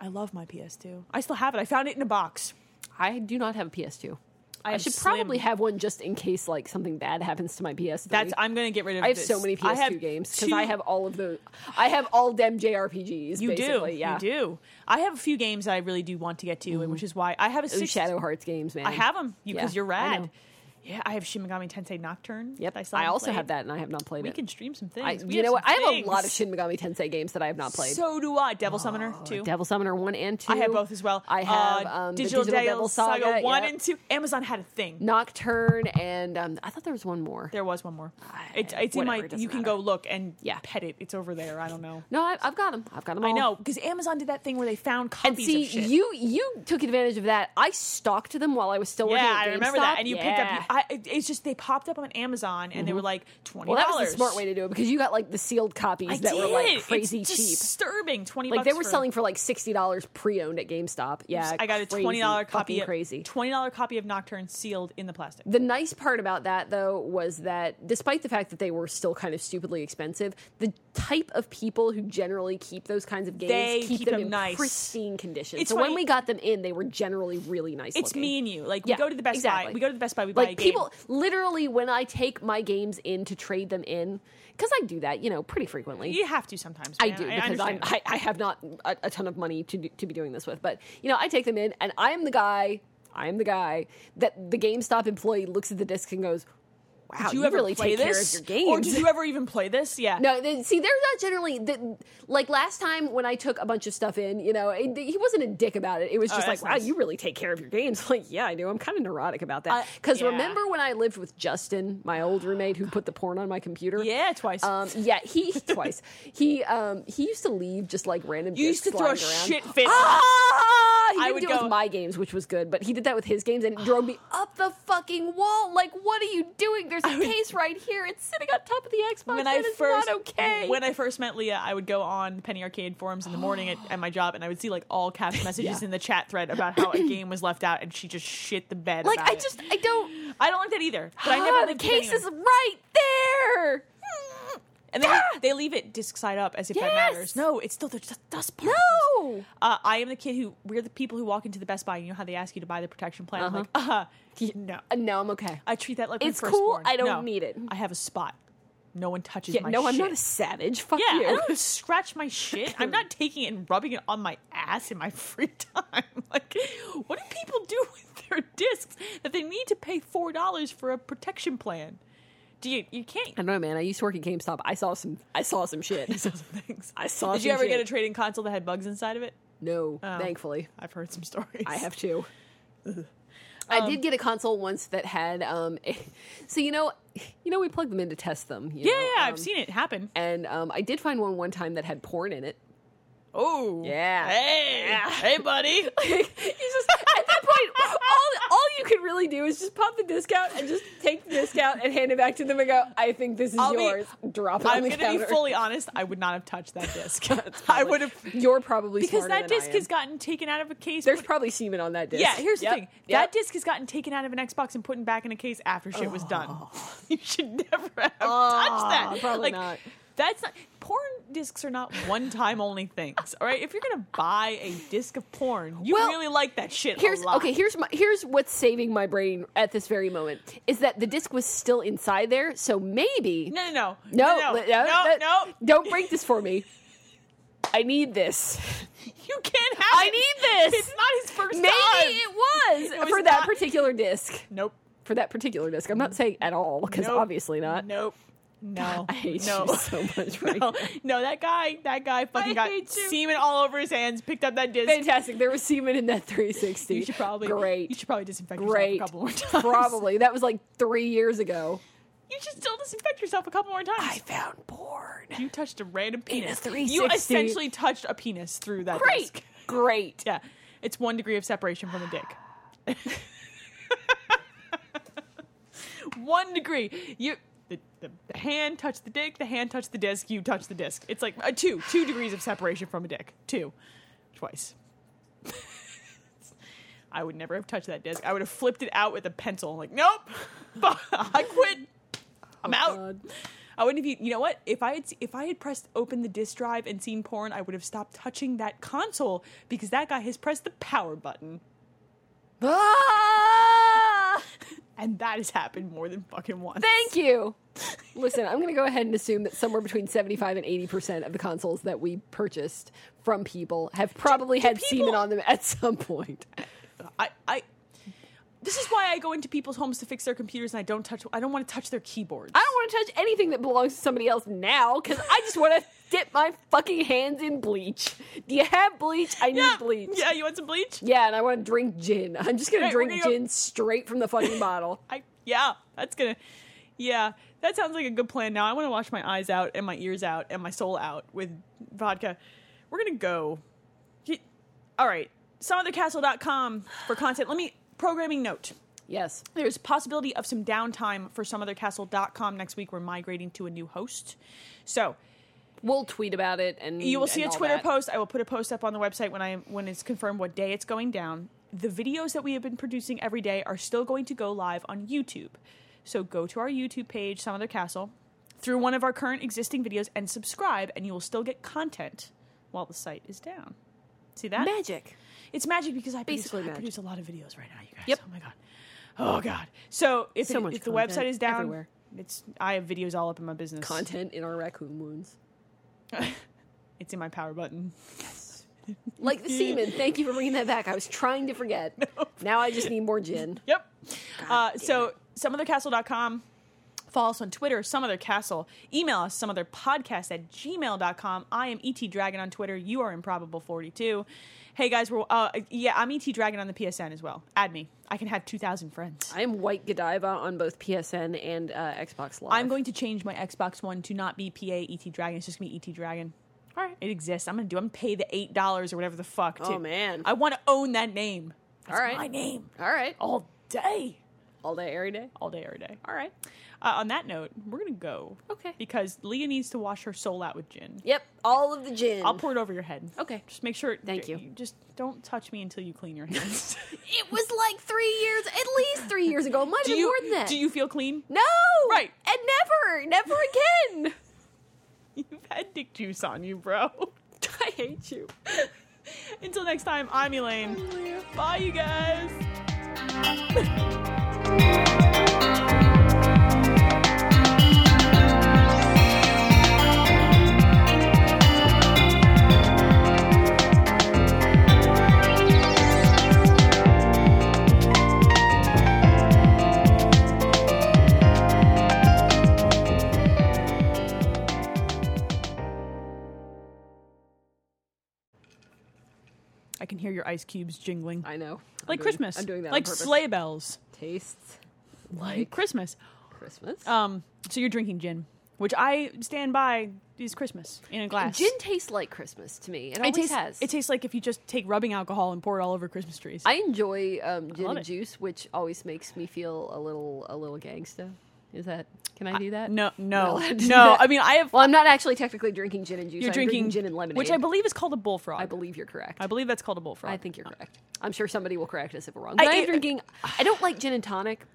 A: I love my PS2. I still have it. I found it in a box.
B: I do not have a PS2. I,
A: have
B: should
A: slim-
B: probably have one just in case like something bad happens to my PS3.
A: That's I'm gonna get rid of.
B: I have
A: this.
B: so many
A: I
B: PS2
A: have
B: games because
A: two-
B: I have all of the. I have all them JRPGs.
A: You do.
B: basically. Yeah. Mm-hmm.
A: You do. I have a few games that I really do want to get to, and which is why I have a
B: Ooh,
A: six,
B: Shadow Hearts games, man.
A: I have them because
B: Yeah,
A: you're
B: I
A: rad.
B: know.
A: yeah, I have Shin Megami Tensei Nocturne.
B: Yep.
A: that
B: I,
A: still haven't
B: also
A: played.
B: have that, and I have not played
A: We
B: it.
A: can stream some things.
B: I,
A: We
B: you
A: have
B: know
A: some
B: what? I have
A: things.
B: a lot of Shin Megami Tensei games that I have not played.
A: So do I. Devil Summoner too.
B: Devil Summoner one and two.
A: I have both as well. Uh,
B: I have um, the
A: Digital, Devil, Saga, one
B: yep.
A: and two. Amazon had a thing.
B: Nocturne, and um, I thought there was one more.
A: There was one more. It's it's in
B: whatever,
A: my.
B: it doesn't
A: you can
B: matter.
A: go look and
B: Yeah.
A: pet it. It's over there. I don't know.
B: No, I, I've got them. I've got them.
A: I know because Amazon did that thing where they found
B: And
A: copies
B: see,
A: of shit.
B: you you took advantage of that. I stalked them while I was still working.
A: yeah,
B: at
A: I remember that.
B: GameStop.
A: And you picked
B: Yeah. Mm-hmm.
A: up. I, it- it's just they popped up on Amazon and they were like twenty
B: well,
A: dollars.
B: that was the smart way to do it because you got like the sealed copies
A: I
B: that
A: did.
B: were like crazy
A: it's
B: cheap.
A: Disturbing. Twenty.
B: Like they
A: bucks
B: were
A: for-
B: selling for like sixty dollars pre-owned at GameStop. Yeah,
A: I got a
B: crazy,
A: twenty dollar
B: fucking
A: copy. Of,
B: Crazy.
A: Twenty dollar copy of Nocturne sealed in the plastic.
B: The nice part about that, though, was that despite the fact that they were still kind of stupidly expensive, the type of people who generally keep those kinds of games
A: They
B: keep,
A: keep
B: them,
A: them
B: in
A: nice.
B: pristine condition.
A: It's
B: so when
A: funny-
B: we got them in, they were generally really nice.
A: It's
B: looking.
A: me and you. Like
B: Yeah,
A: we go to the Best
B: exactly.
A: Buy. We go to the Best Buy. We buy a
B: Like
A: game.
B: people, literally, when I take my games in to trade them in, because I do that, you know, pretty frequently.
A: you have to sometimes.
B: I
A: man.
B: do because I'm,
A: understand.
B: I, I have not a, a ton of money to do, to be doing this with, but you know I take them in and I am the guy. I am the guy that the GameStop employee looks at the disc and goes, "Wow,
A: Did you, ever
B: really
A: play
B: take
A: this?
B: care of your games."
A: Or did you ever even play this? Yeah.
B: no, they, see, they're not generally the, like last time when I took a bunch of stuff in. You know, it, he wasn't a dick about it. It was just like,
A: Oh, that's
B: "Wow,
A: nice.
B: you really take care of your games." Like, yeah, I do. I'm kind of neurotic about that
A: I-
B: because
A: yeah.
B: remember when I lived with Justin, my old roommate who put the porn on my computer?
A: Yeah, twice.
B: Um, yeah, he twice. He um, he used to leave just like random.
A: You used
B: discs
A: to throw
B: lying around.
A: shit fit.
B: Ah! He
A: I
B: didn't
A: would
B: do it
A: go-
B: with my games, which was good, but he did that with his games, and it drove me up the fucking wall. Like, what are you doing? There's a
A: would-
B: case right here. It's sitting on top of the Xbox.
A: When
B: That
A: I
B: is
A: first
B: not okay.
A: when I first met Leah, I would go on Penny Arcade forums in the morning at, at my job, and I would see like all caps messages
B: Yeah.
A: in the chat thread about how a game was left out, and she just shit the bed.
B: like,
A: about
B: I
A: it.
B: just I don't.
A: I don't like that either. But I
B: Ah,
A: never
B: the
A: lived with
B: case
A: anyone.
B: is right there. Hmm.
A: And they, they leave it disc side up as if that
B: Yes!
A: matters. No, it's still the d- dust particles.
B: No.
A: Uh, I am the kid who, we're the people who walk into the Best Buy and you know how they ask you to buy the protection plan? I'm like, uh, no.
B: Uh, No, I'm okay.
A: I treat that like my
B: Uh-huh. It's cool,
A: firstborn.
B: I don't
A: No.
B: need it.
A: I have a spot. No one touches
B: Yeah,
A: my
B: no,
A: shit.
B: I'm not a savage. Fuck
A: yeah,
B: you.
A: I don't scratch my shit. I'm not taking it and rubbing it on my ass in my free time. Like, what do people do with their discs that they need to pay four dollars for a protection plan. Do you? You can't.
B: I don't know, man. I used to work at GameStop. I saw some. I saw some shit.
A: Things.
B: I saw.
A: Did you
B: some
A: ever get a
B: shit.
A: trading console that had bugs inside of it?
B: No,
A: Oh.
B: thankfully,
A: I've heard some stories.
B: I have two. I
A: Um,
B: did get a console once that had. Um, so you know, you know, we plug them in to test them. you
A: Yeah,
B: know,
A: yeah,
B: um,
A: I've seen it happen.
B: And um, I did find one one time that had porn in it.
A: Oh,
B: Yeah.
A: Hey, hey, buddy.
B: It's just at that point, all all you could really do is just pop the disc out and just take the disc out and hand it back to them and go, "I think this is
A: I'll be-
B: yours." Drop it on
A: I'm
B: the
A: gonna
B: counter.
A: be fully honest. I would not have touched that disc. I would have
B: You're probably
A: because
B: smarter
A: that
B: than I
A: disc
B: am.
A: has gotten taken out of a case.
B: There's
A: put-
B: probably semen on that disc.
A: yeah, here's the
B: Yep,
A: thing.
B: yep.
A: That disc has gotten taken out of an Xbox and put in back in a case after shit was done. You should never have touched that.
B: Oh. probably
A: like,
B: not.
A: That's not porn discs are not one time only things. All right, if you're gonna buy a disc of porn, you
B: Well,
A: really like that shit. a
B: Here's
A: lot.
B: okay. Here's my here's what's saving my brain at this very moment is that the disc was still inside there, so maybe
A: No, no, no,
B: no,
A: no, no,
B: li-
A: no.
B: no, don't break this for me. I need this.
A: You can't have.
B: I
A: it.
B: need this.
A: It's not his first
B: Maybe
A: time.
B: it was,
A: It was
B: for that
A: not-
B: particular disc.
A: Nope.
B: For that particular disc, I'm not saying at all because
A: Nope.
B: obviously not.
A: Nope. No.
B: I hate
A: no.
B: you so much right
A: no.
B: now.
A: No, that guy, that guy fucking got
B: hate you.
A: semen all over his hands, picked up that disc.
B: Fantastic. There was semen in that 360.
A: You should probably
B: great.
A: You should probably disinfect
B: Great.
A: yourself a couple more times.
B: Probably that was like three years ago.
A: You should still disinfect yourself a couple more times.
B: found porn.
A: you touched a random penis.
B: 360.
A: You essentially touched a penis through that disc.
B: Great, great.
A: Yeah. It's one degree of separation from a dick. one degree. You the, the, the hand touched the dick, the hand touched the disc, you touched the disc. It's like uh, two, two degrees of separation from a dick. Two. Twice. I would never have touched that disc. I would have flipped it out with a pencil. Like, nope. I quit. I'm out.
B: Oh, God.
A: I wouldn't have. e- You know what? If I had se- if I had pressed open the disk drive and seen porn, I would have stopped touching that console because that guy has pressed the power button,
B: Ah!
A: and that has happened more than fucking once.
B: Thank you. Listen, I'm going to go ahead and assume that somewhere between 75 and 80 percent of the consoles that we purchased from people have probably had semen
A: people-
B: on them at some point.
A: I, I. This is why I go into people's homes to fix their computers, and I don't touch. I don't want to touch their keyboards.
B: I don't want to touch anything that belongs to somebody else now because I just want to dip my fucking hands in bleach. Do you have bleach? I need
A: yeah,
B: bleach.
A: Yeah, you want some bleach?
B: Yeah, and I want to drink gin. I'm just gonna
A: Right, we're
B: drink
A: gonna go-
B: gin straight from the fucking bottle.
A: I yeah, that's gonna yeah, that sounds like a good plan. Now I want to wash my eyes out and my ears out and my soul out with vodka. We're gonna go. Ye- All right, someothercastle.com for content. Let me programming note.
B: Yes.
A: There's possibility of some downtime for someothercastle.com next week. We're migrating to a new host, so
B: We'll tweet about it, and
A: you will see a
B: and all
A: Twitter
B: that.
A: post. I will put a post up on the website when I am when it's confirmed what day it's going down. The videos that we have been producing every day are still going to go live on YouTube. So go to our YouTube page, Some Other Castle, through one of our current existing videos and subscribe, and you will still get content while the site is down. See that?
B: Magic.
A: It's magic because I produce,
B: Basically
A: I
B: magic.
A: produce a lot of videos right now, you guys.
B: Yep.
A: Oh my god. Oh god. So if,
B: So
A: it-
B: much
A: if the
B: content
A: website is down,
B: everywhere.
A: it's I have videos all up in my business.
B: Content in our raccoon wounds.
A: It's in my power button.
B: Like the semen. Thank you for bringing that back. I was trying to forget. Now I just need more gin.
A: Yep. Uh, so someothercastle.com. Follow us on Twitter, someothercastle. Email us, someotherpodcast at gmail.com. I am ET Dragon on Twitter. You are Improbable42. Hey, guys, we're, uh, yeah, I'm ET Dragon on the PSN as well. Add me. I can have 2,000 friends.
B: I am White Godiva on both PSN and uh, Xbox Live.
A: I'm going to change my Xbox One to not be PA ET Dragon. It's just going to be ET Dragon.
B: All right.
A: It exists. I'm going to do, I'm going to pay the $8 or whatever the fuck. To,
B: Oh, man.
A: I want to own that name. That's
B: All right.
A: my name.
B: All right.
A: All day.
B: All day, every day.
A: All day, every day.
B: All right.
A: Uh, on that note, we're gonna go.
B: Okay.
A: Because Leah needs to wash her soul out with gin.
B: Yep. All of the gin.
A: I'll pour it over your head.
B: Okay.
A: Just make sure.
B: Thank you.
A: Just don't touch me until you clean your hands.
B: It was like three years, at least three years ago. It Might
A: do
B: have
A: you?
B: been more than that.
A: Do you feel clean?
B: No.
A: Right.
B: And never, never again.
A: You've had dick juice on you, bro.
B: I hate you.
A: until next time, I'm Elaine. Bye, you guys. I can hear your ice cubes jingling.
B: I know. I'm
A: like
B: doing-
A: Christmas.
B: I'm doing that.
A: Like
B: on purpose.
A: sleigh bells.
B: tastes
A: Like Christmas.
B: Christmas.
A: Um, so you're drinking gin, which I stand by is Christmas in a glass.
B: Gin tastes like Christmas to me. It always
A: it tastes,
B: has.
A: It tastes like if you just take rubbing alcohol and pour it all over Christmas trees.
B: I enjoy um, gin
A: love
B: and
A: it.
B: juice, which always makes me feel a little a little gangsta. Is that? Can I do that?
A: Uh, no, no,
B: I do
A: no.
B: that.
A: I mean, I have.
B: Well, I'm not actually technically drinking gin and juice.
A: you're
B: I'm
A: drinking,
B: gin and lemonade,
A: which I believe is called a bullfrog.
B: I believe you're correct.
A: I believe that's called a bullfrog.
B: I think you're correct. I'm sure somebody will correct us if we're wrong.
A: I-
B: But I, am
A: it-
B: drinking. I don't like gin and tonic.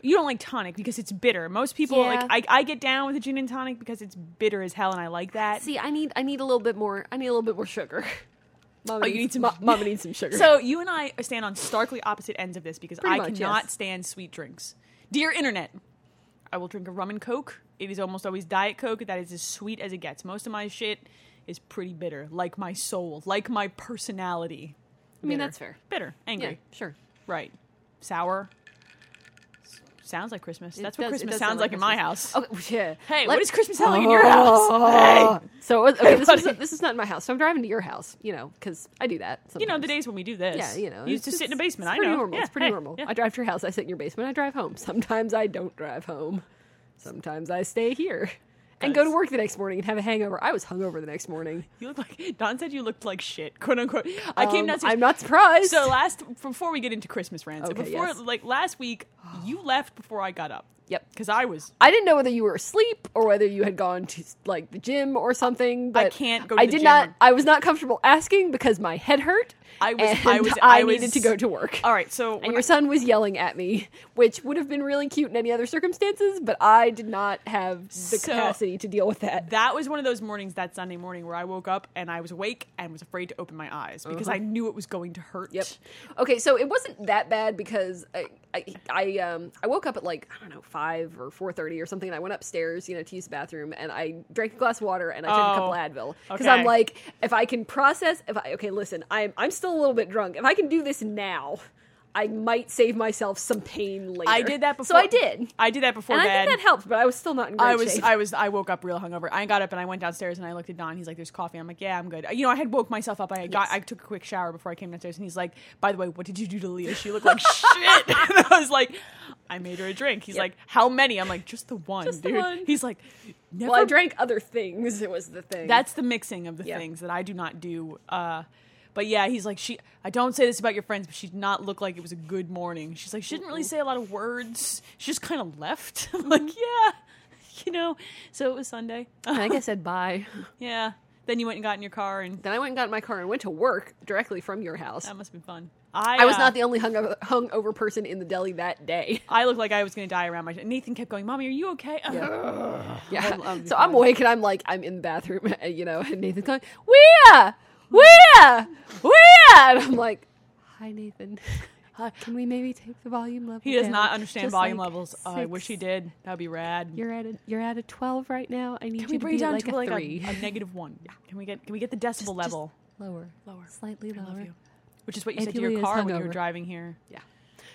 A: you don't like tonic because it's bitter. Most people
B: Yeah.
A: like I, I get down with a gin and tonic because it's bitter as hell, and I like that.
B: See, I need I need a little bit more. I need a little bit more sugar. Mama
A: Oh, you
B: needs-
A: need some-
B: Ma- Mama needs some sugar.
A: So you and I stand on starkly opposite ends of this because
B: Pretty
A: I
B: much,
A: cannot
B: yes.
A: stand sweet drinks. Dear internet, I will drink a rum and coke. It is almost always diet coke. That is as sweet as it gets. Most of my shit is pretty bitter, like my soul, like my personality.
B: I mean,
A: Bitter.
B: that's fair.
A: Bitter, angry,
B: Yeah, sure.
A: right, sour. S- Sounds like Christmas.
B: It
A: That's what
B: does- it
A: Christmas
B: does
A: sounds
B: sound
A: like, in my
B: Christmas.
A: house.
B: Okay, yeah.
A: Hey,
B: Let- Oh.
A: what is Christmas sound like in your house? Hey.
B: So okay, this, is,
A: buddy.
B: this is not in my house. So I'm driving to your house, you know, because I do that. Sometimes.
A: You know the days when we do this.
B: Yeah, you know,
A: you used
B: it's
A: to sit in a
B: just-
A: basement.
B: It's
A: I
B: pretty
A: know.
B: normal.
A: Yeah,
B: it's pretty
A: hey,
B: normal.
A: yeah.
B: I drive to your house. I sit in your basement. I drive home. Sometimes I don't drive home. Sometimes I stay here and go to work the next morning and have a hangover. I was hungover the next morning.
A: You look like Don said. You looked like shit, quote unquote. I came
B: Um,
A: downstairs.
B: I'm not surprised.
A: So last before we get into Christmas rants,
B: Okay,
A: before
B: yes.
A: like last week, you left before I got up.
B: Yep.
A: because I was.
B: I didn't know whether you were asleep or whether you had gone to like the gym or something. But
A: I can't go to
B: I
A: the
B: did
A: gym
B: not.
A: or-
B: I was not comfortable asking because my head hurt.
A: I was-
B: and
A: I was-
B: I,
A: I was-
B: needed to go to work.
A: All right, so
B: and
A: when
B: your son was yelling at me, which would have been really cute in any other circumstances, but I did not have the
A: So-
B: capacity to deal with that.
A: that was one of those mornings that Sunday morning where I woke up and I was awake and was afraid to open my eyes because I knew it was going to hurt.
B: Uh-huh. Yep. Okay, so it wasn't that bad because I, I, I, um, I woke up at like I don't know five or four thirty or something, and I went upstairs, you know, to use the bathroom, and I drank a glass of water and I took a couple
A: Oh,
B: Advil because
A: okay.
B: I'm like, if I can process, if I okay, listen, I'm I'm still a little bit drunk. If I can do this now, I might save myself some pain later.
A: I did that before.
B: so I did.
A: I did that before
B: and I
A: bed.
B: think that helped, but I was still not in great
A: I was
B: shape.
A: I was I woke up real hungover. I got up and I went downstairs and I looked at Don. He's like, "There's coffee." I'm like, "Yeah, I'm good." You know, I had woke myself up. I got
B: Yes.
A: I took a quick shower before I came downstairs, and he's like, "By the way, what did you do to Leah? She looked like shit." And I was like, "I made her a drink." He's
B: Yep.
A: like, "How many?" I'm like, "Just the one,
B: Just the
A: dude."
B: one.
A: He's like, "Never."
B: Well, I drank other things. It was the thing.
A: That's the mixing of the
B: Yeah.
A: things that I do not do. Uh, but yeah, he's like, she. I don't say this about your friends, but she did not look like it was a good morning. She's like, she didn't really say a lot of words. She just kind of left.
B: Mm-hmm.
A: I'm like, yeah, you know. So it was Sunday.
B: I guess I said bye.
A: yeah. Then you went and got in your car, and
B: Then I went and got in my car and went to work directly from your house.
A: that must have been fun. I,
B: I was
A: uh,
B: not the only hungover, hungover person in the deli that day.
A: I looked like I was going to die around my. Nathan kept going, "Mommy, are you okay?"
B: Yeah.
A: I'll be
B: so I'm awake and I'm like, I'm in the bathroom, and, you know, and Nathan's going, Where? Where? Where? And I'm like, Hi, Nathan. Uh, can we maybe take the volume level?
A: he does
B: down?
A: not understand
B: Just
A: volume
B: like
A: levels. Oh, I wish he
B: six.
A: did. That'd be rad.
B: You're at a you're at a twelve right now. I need
A: Can
B: you
A: we
B: to
A: bring it
B: be
A: down
B: like
A: to
B: a
A: like
B: three.
A: a, a negative one? Can we get can we get the decibel
B: Just
A: level?
B: lower,
A: Lower.
B: slightly
A: I love
B: lower.
A: you. Which is what you
B: And
A: said to your
B: Julia's
A: car when you were
B: hungover.
A: driving here.
B: Yeah.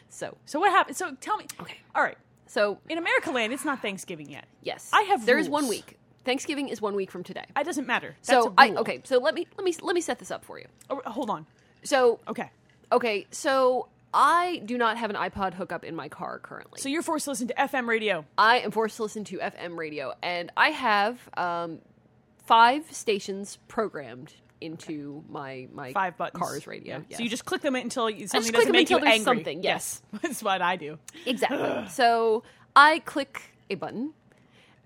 B: So
A: So what happened? So tell me.
B: Okay.
A: All right.
B: so
A: In America land, it's not Thanksgiving yet.
B: yes,
A: I have
B: There is one
A: rules.
B: week. Thanksgiving is one week from today.
A: It doesn't matter. That's
B: so
A: a
B: I
A: rule.
B: okay. So let me let me let me set this up for you.
A: Oh, hold on.
B: So
A: Okay.
B: okay. So I do not have an iPod hookup in my car currently.
A: So you're forced to listen to FM radio.
B: I am forced to listen to FM radio, and I have um, five stations programmed into my my
A: Five buttons.
B: car's radio.
A: Yeah.
B: yes.
A: So you just click them until you- something
B: click
A: doesn't
B: them
A: make
B: until
A: you
B: there's
A: angry.
B: something, yes.
A: That's what I do.
B: Exactly. so I click a button,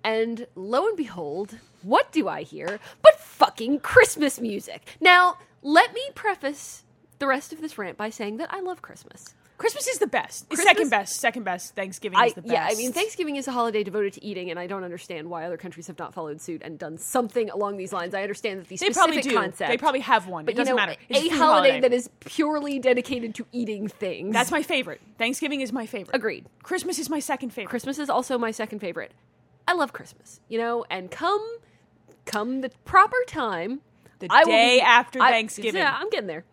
B: and lo and behold, what do I hear but fucking Christmas music? Now, let me preface the rest of this rant by saying that I love Christmas.
A: Christmas is the best. It's
B: Christmas-
A: second best. Second best. Thanksgiving
B: I,
A: is the best.
B: yeah, I mean, Thanksgiving is a holiday devoted to eating, and I don't understand why other countries have not followed suit and done something along these lines. I understand that these
A: They
B: specific
A: probably do.
B: concept,
A: They probably have one.
B: but
A: it doesn't
B: you know,
A: matter. It's
B: a
A: food
B: holiday, that is purely dedicated to eating things.
A: That's my favorite. Thanksgiving is my favorite.
B: agreed.
A: Christmas is my second favorite.
B: Christmas is also my second favorite. I love Christmas, you know, and come come the proper time,
A: The
B: I will
A: day after
B: I-
A: Thanksgiving.
B: Yeah, I'm getting there.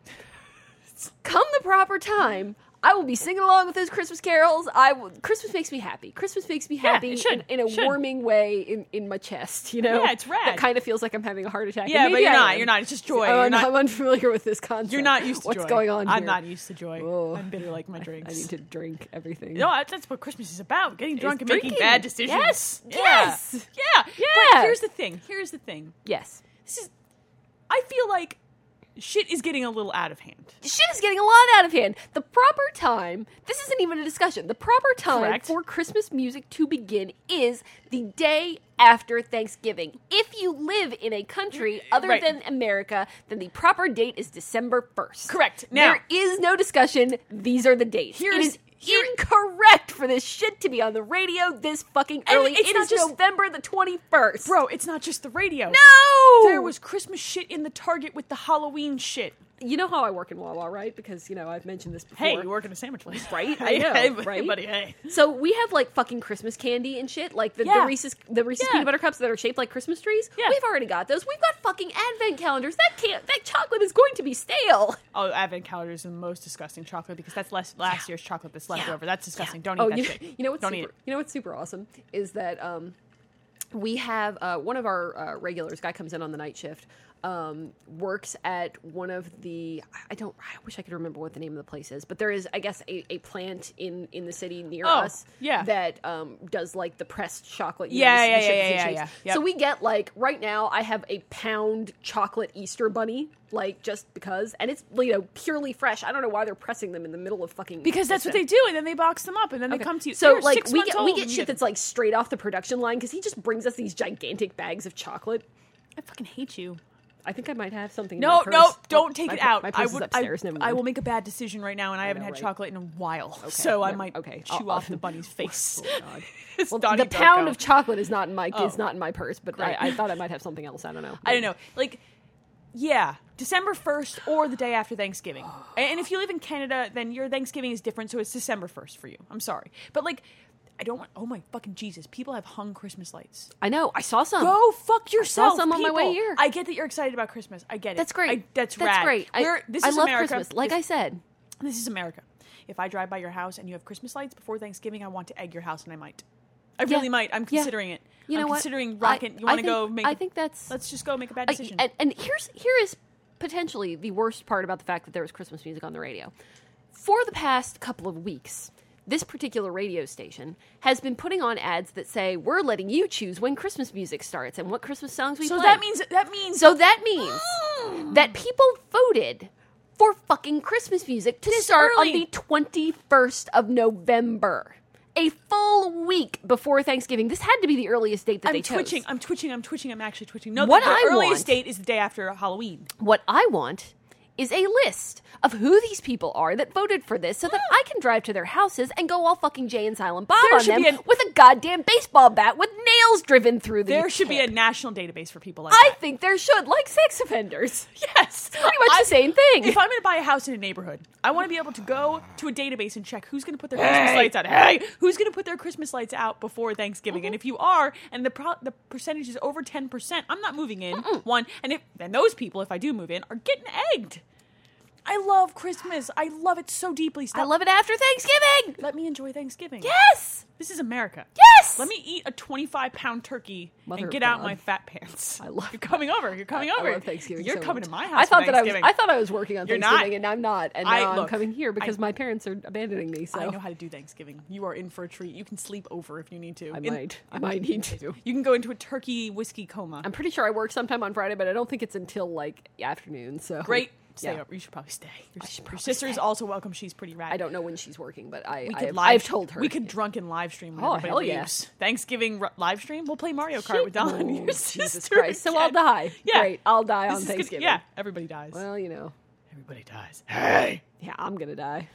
B: come the proper time, I will be singing along with those Christmas carols. I will, Christmas makes me happy. Christmas makes me happy
A: it should,
B: in, in a
A: should.
B: warming way in, in my chest. You know,
A: Yeah, it's rad.
B: That kind of feels like I'm having a heart attack. and
A: Yeah, but
B: maybe
A: you're
B: I
A: not.
B: am.
A: You're not. It's just joy.
B: Oh,
A: you're
B: I'm,
A: not.
B: I'm unfamiliar with this concept.
A: You're not used to
B: What's
A: joy.
B: going on?
A: I'm
B: here?
A: not used to joy.
B: Oh.
A: I'm bitter like my
B: I need
A: drinks.
B: to drink everything.
A: No, that's- that's what Christmas is about: getting drunk and making
B: drinking.
A: bad decisions.
B: Yes,
A: yeah.
B: yes.
A: yeah, But
B: Yeah.
A: here's the thing. Here's the thing.
B: Yes.
A: This is. I feel like shit is getting a little out of hand.
B: shit is getting a lot out of hand. The proper time, this isn't even a discussion, the proper time
A: Correct.
B: for Christmas music to begin is the day after Thanksgiving. If you live in a country other
A: Right.
B: than America, then the proper date is December 1st.
A: Correct. Now-
B: there is no discussion. These are the dates. it
A: Here's-
B: is
A: here-
B: incorrect for this shit to be on the radio this fucking
A: And
B: early.
A: it's
B: It
A: not
B: is
A: just-
B: November the 21st.
A: Bro, it's not just the radio.
B: no!
A: There was Christmas shit in the Target with the Halloween shit.
B: You know how I work in Wawa, right? Because, you know, I've mentioned this before.
A: Hey, you work in a sandwich place,
B: Right? I
A: Hey,
B: know,
A: hey,
B: right?
A: buddy, hey.
B: So we have like fucking Christmas candy and shit, like the,
A: Yeah.
B: the Reese's the Reese's
A: Yeah.
B: peanut butter cups that are shaped like Christmas trees.
A: Yeah.
B: We've already got those. We've got fucking advent calendars. That can't that chocolate is going to be stale.
A: Oh, advent calendar is the most disgusting chocolate because that's last last year's chocolate that's left
B: Yeah.
A: over. That's disgusting. Don't eat
B: Oh,
A: that
B: you,
A: shit.
B: you know what's
A: Don't
B: super,
A: eat it.
B: you know what's super awesome is that um, we have uh, one of our uh, regulars guy comes in on the night shift um, works at one of the I- I don't I wish I could remember what the name of the place is but there is I guess a, a plant in in the city near
A: Oh,
B: us
A: yeah.
B: that um, does like the pressed chocolate you
A: Yeah,
B: the- the
A: yeah,
B: shapes
A: yeah,
B: and
A: yeah,
B: shapes.
A: yeah, yeah.
B: so
A: Yep.
B: we get like right now I have a pound chocolate Easter bunny like just because and it's you know purely fresh I don't know why they're pressing them in the middle of fucking
A: Because that's what
B: December.
A: they do, and then they box them up, and then they come to you.
B: So
A: They're
B: like
A: six
B: we
A: months
B: get we
A: old
B: get
A: and
B: shit that's like straight off the production line because he just brings us these gigantic bags of chocolate.
A: I fucking hate you.
B: I think I might have something. in
A: No,
B: my purse.
A: no, don't take
B: My
A: it
B: pur-
A: out.
B: My purse
A: I would,
B: is upstairs.
A: I,
B: Never
A: I
B: mind.
A: will make a bad decision right now, and I, haven't
B: know,
A: had
B: right?
A: chocolate in a while, so I
B: never-
A: might
B: okay,
A: chew
B: I'll-
A: off
B: I'll-
A: the bunny's face.
B: Oh, God.
A: It's
B: Well,
A: Donnie
B: the pound
A: Darko.
B: of chocolate is not in my is
A: Oh.
B: not in my purse, but
A: Great.
B: I, I thought I might have something else. I don't know.
A: I don't know. Like, yeah, December 1st or the day after Thanksgiving. A- and if you live in Canada, then your Thanksgiving is different, so it's December 1st for you. I'm sorry. But, like, I don't want, oh my fucking Jesus, people have hung Christmas lights.
B: I know. I saw some.
A: Go Oh, fuck yourself.
B: some on my way
A: people.
B: here.
A: I get that you're excited about Christmas. I get it.
B: That's great.
A: I- that's
B: that's
A: rad.
B: great. I,
A: We're- this
B: I
A: is
B: love
A: America.
B: Christmas. Like
A: This-
B: I said,
A: this is America. If I drive by your house and you have Christmas lights before Thanksgiving, I want to egg your house, and I might. I
B: Yeah.
A: really might. I'm
B: Yeah.
A: considering it.
B: you know
A: I'm
B: what?
A: considering
B: I-
A: rocket. You
B: I
A: want to
B: think-
A: go make?
B: I think that's
A: Let's just go make a bad
B: I-
A: decision.
B: and, and here's here is potentially the worst part about the fact that there was Christmas music on the radio. For the past couple of weeks, this particular radio station has been putting on ads that say we're letting you choose when Christmas music starts and what Christmas songs we
A: so
B: play.
A: that means that means
B: so that means that people voted for fucking Christmas music to start
A: early.
B: on the 21st of November. A full week before Thanksgiving. This had to be the earliest date that
A: I'm
B: they chose.
A: twitching. I'm twitching. I'm twitching. I'm actually twitching. No,
B: What
A: the, the
B: I
A: earliest
B: want-
A: date is the day after Halloween.
B: What I want is a list of who these people are that voted for this so that I can drive to their houses and go all fucking Jay and Silent Bob
A: There
B: on
A: should
B: them
A: be an-
B: with a goddamn baseball bat with nails driven through the
A: There should be a
B: head.
A: national database for people like
B: I
A: that.
B: think there should, like sex offenders.
A: Yes,
B: Pretty much the same thing.
A: If I'm going to buy a house in a neighborhood, I want to be able to go to a database and check who's going to put their Christmas lights out. Hey, who's going to put their Christmas lights out before Thanksgiving? And if you are, and the pro- the percentage is over ten percent, I'm not moving in. One, and if and those people, if I do move in, are getting egged. I love Christmas. I love it so deeply. Stop.
B: I love it after Thanksgiving.
A: Let me enjoy Thanksgiving.
B: Yes.
A: This is America.
B: Yes.
A: Let me eat a 25 pound turkey
B: Mother
A: and
B: of
A: get out
B: God.
A: my fat pants. I
B: love
A: You're coming over. You're coming over.
B: I love Thanksgiving.
A: You're
B: so
A: coming
B: much.
A: to my house.
B: I thought
A: for
B: that I was.
A: Thanksgiving.
B: I thought I was working on
A: You're not.
B: Thanksgiving, and I'm not. And now
A: I-
B: I, am
A: look,
B: coming here because
A: I-
B: my parents are abandoning me. So
A: I know how to do Thanksgiving. You are in for a treat. You can sleep over if you need to.
B: I
A: In-
B: might. I might need to.
A: You can go into a turkey whiskey coma.
B: I'm pretty sure I work sometime on Friday, but I don't think it's until like afternoon. So
A: Great. Stay
B: Yeah.
A: up. You should probably stay. Your,
B: should
A: your
B: probably
A: sister is
B: stay.
A: also welcome. She's pretty rad.
B: I don't know when she's working, but I,
A: We
B: I
A: could
B: have,
A: live,
B: I've told her.
A: We could drunken live stream. when
B: Oh,
A: everybody
B: hell yeah.
A: leaves. Thanksgiving r- live stream. We'll play Mario Kart
B: Shit.
A: with Don.
B: Oh,
A: Your
B: Jesus
A: sister
B: Christ. So
A: again.
B: I'll die.
A: Yeah.
B: Great. I'll die
A: This
B: on
A: is gonna-
B: Thanksgiving.
A: yeah. Everybody dies.
B: Well, you know,
A: everybody dies. Hey.
B: yeah, I'm gonna die.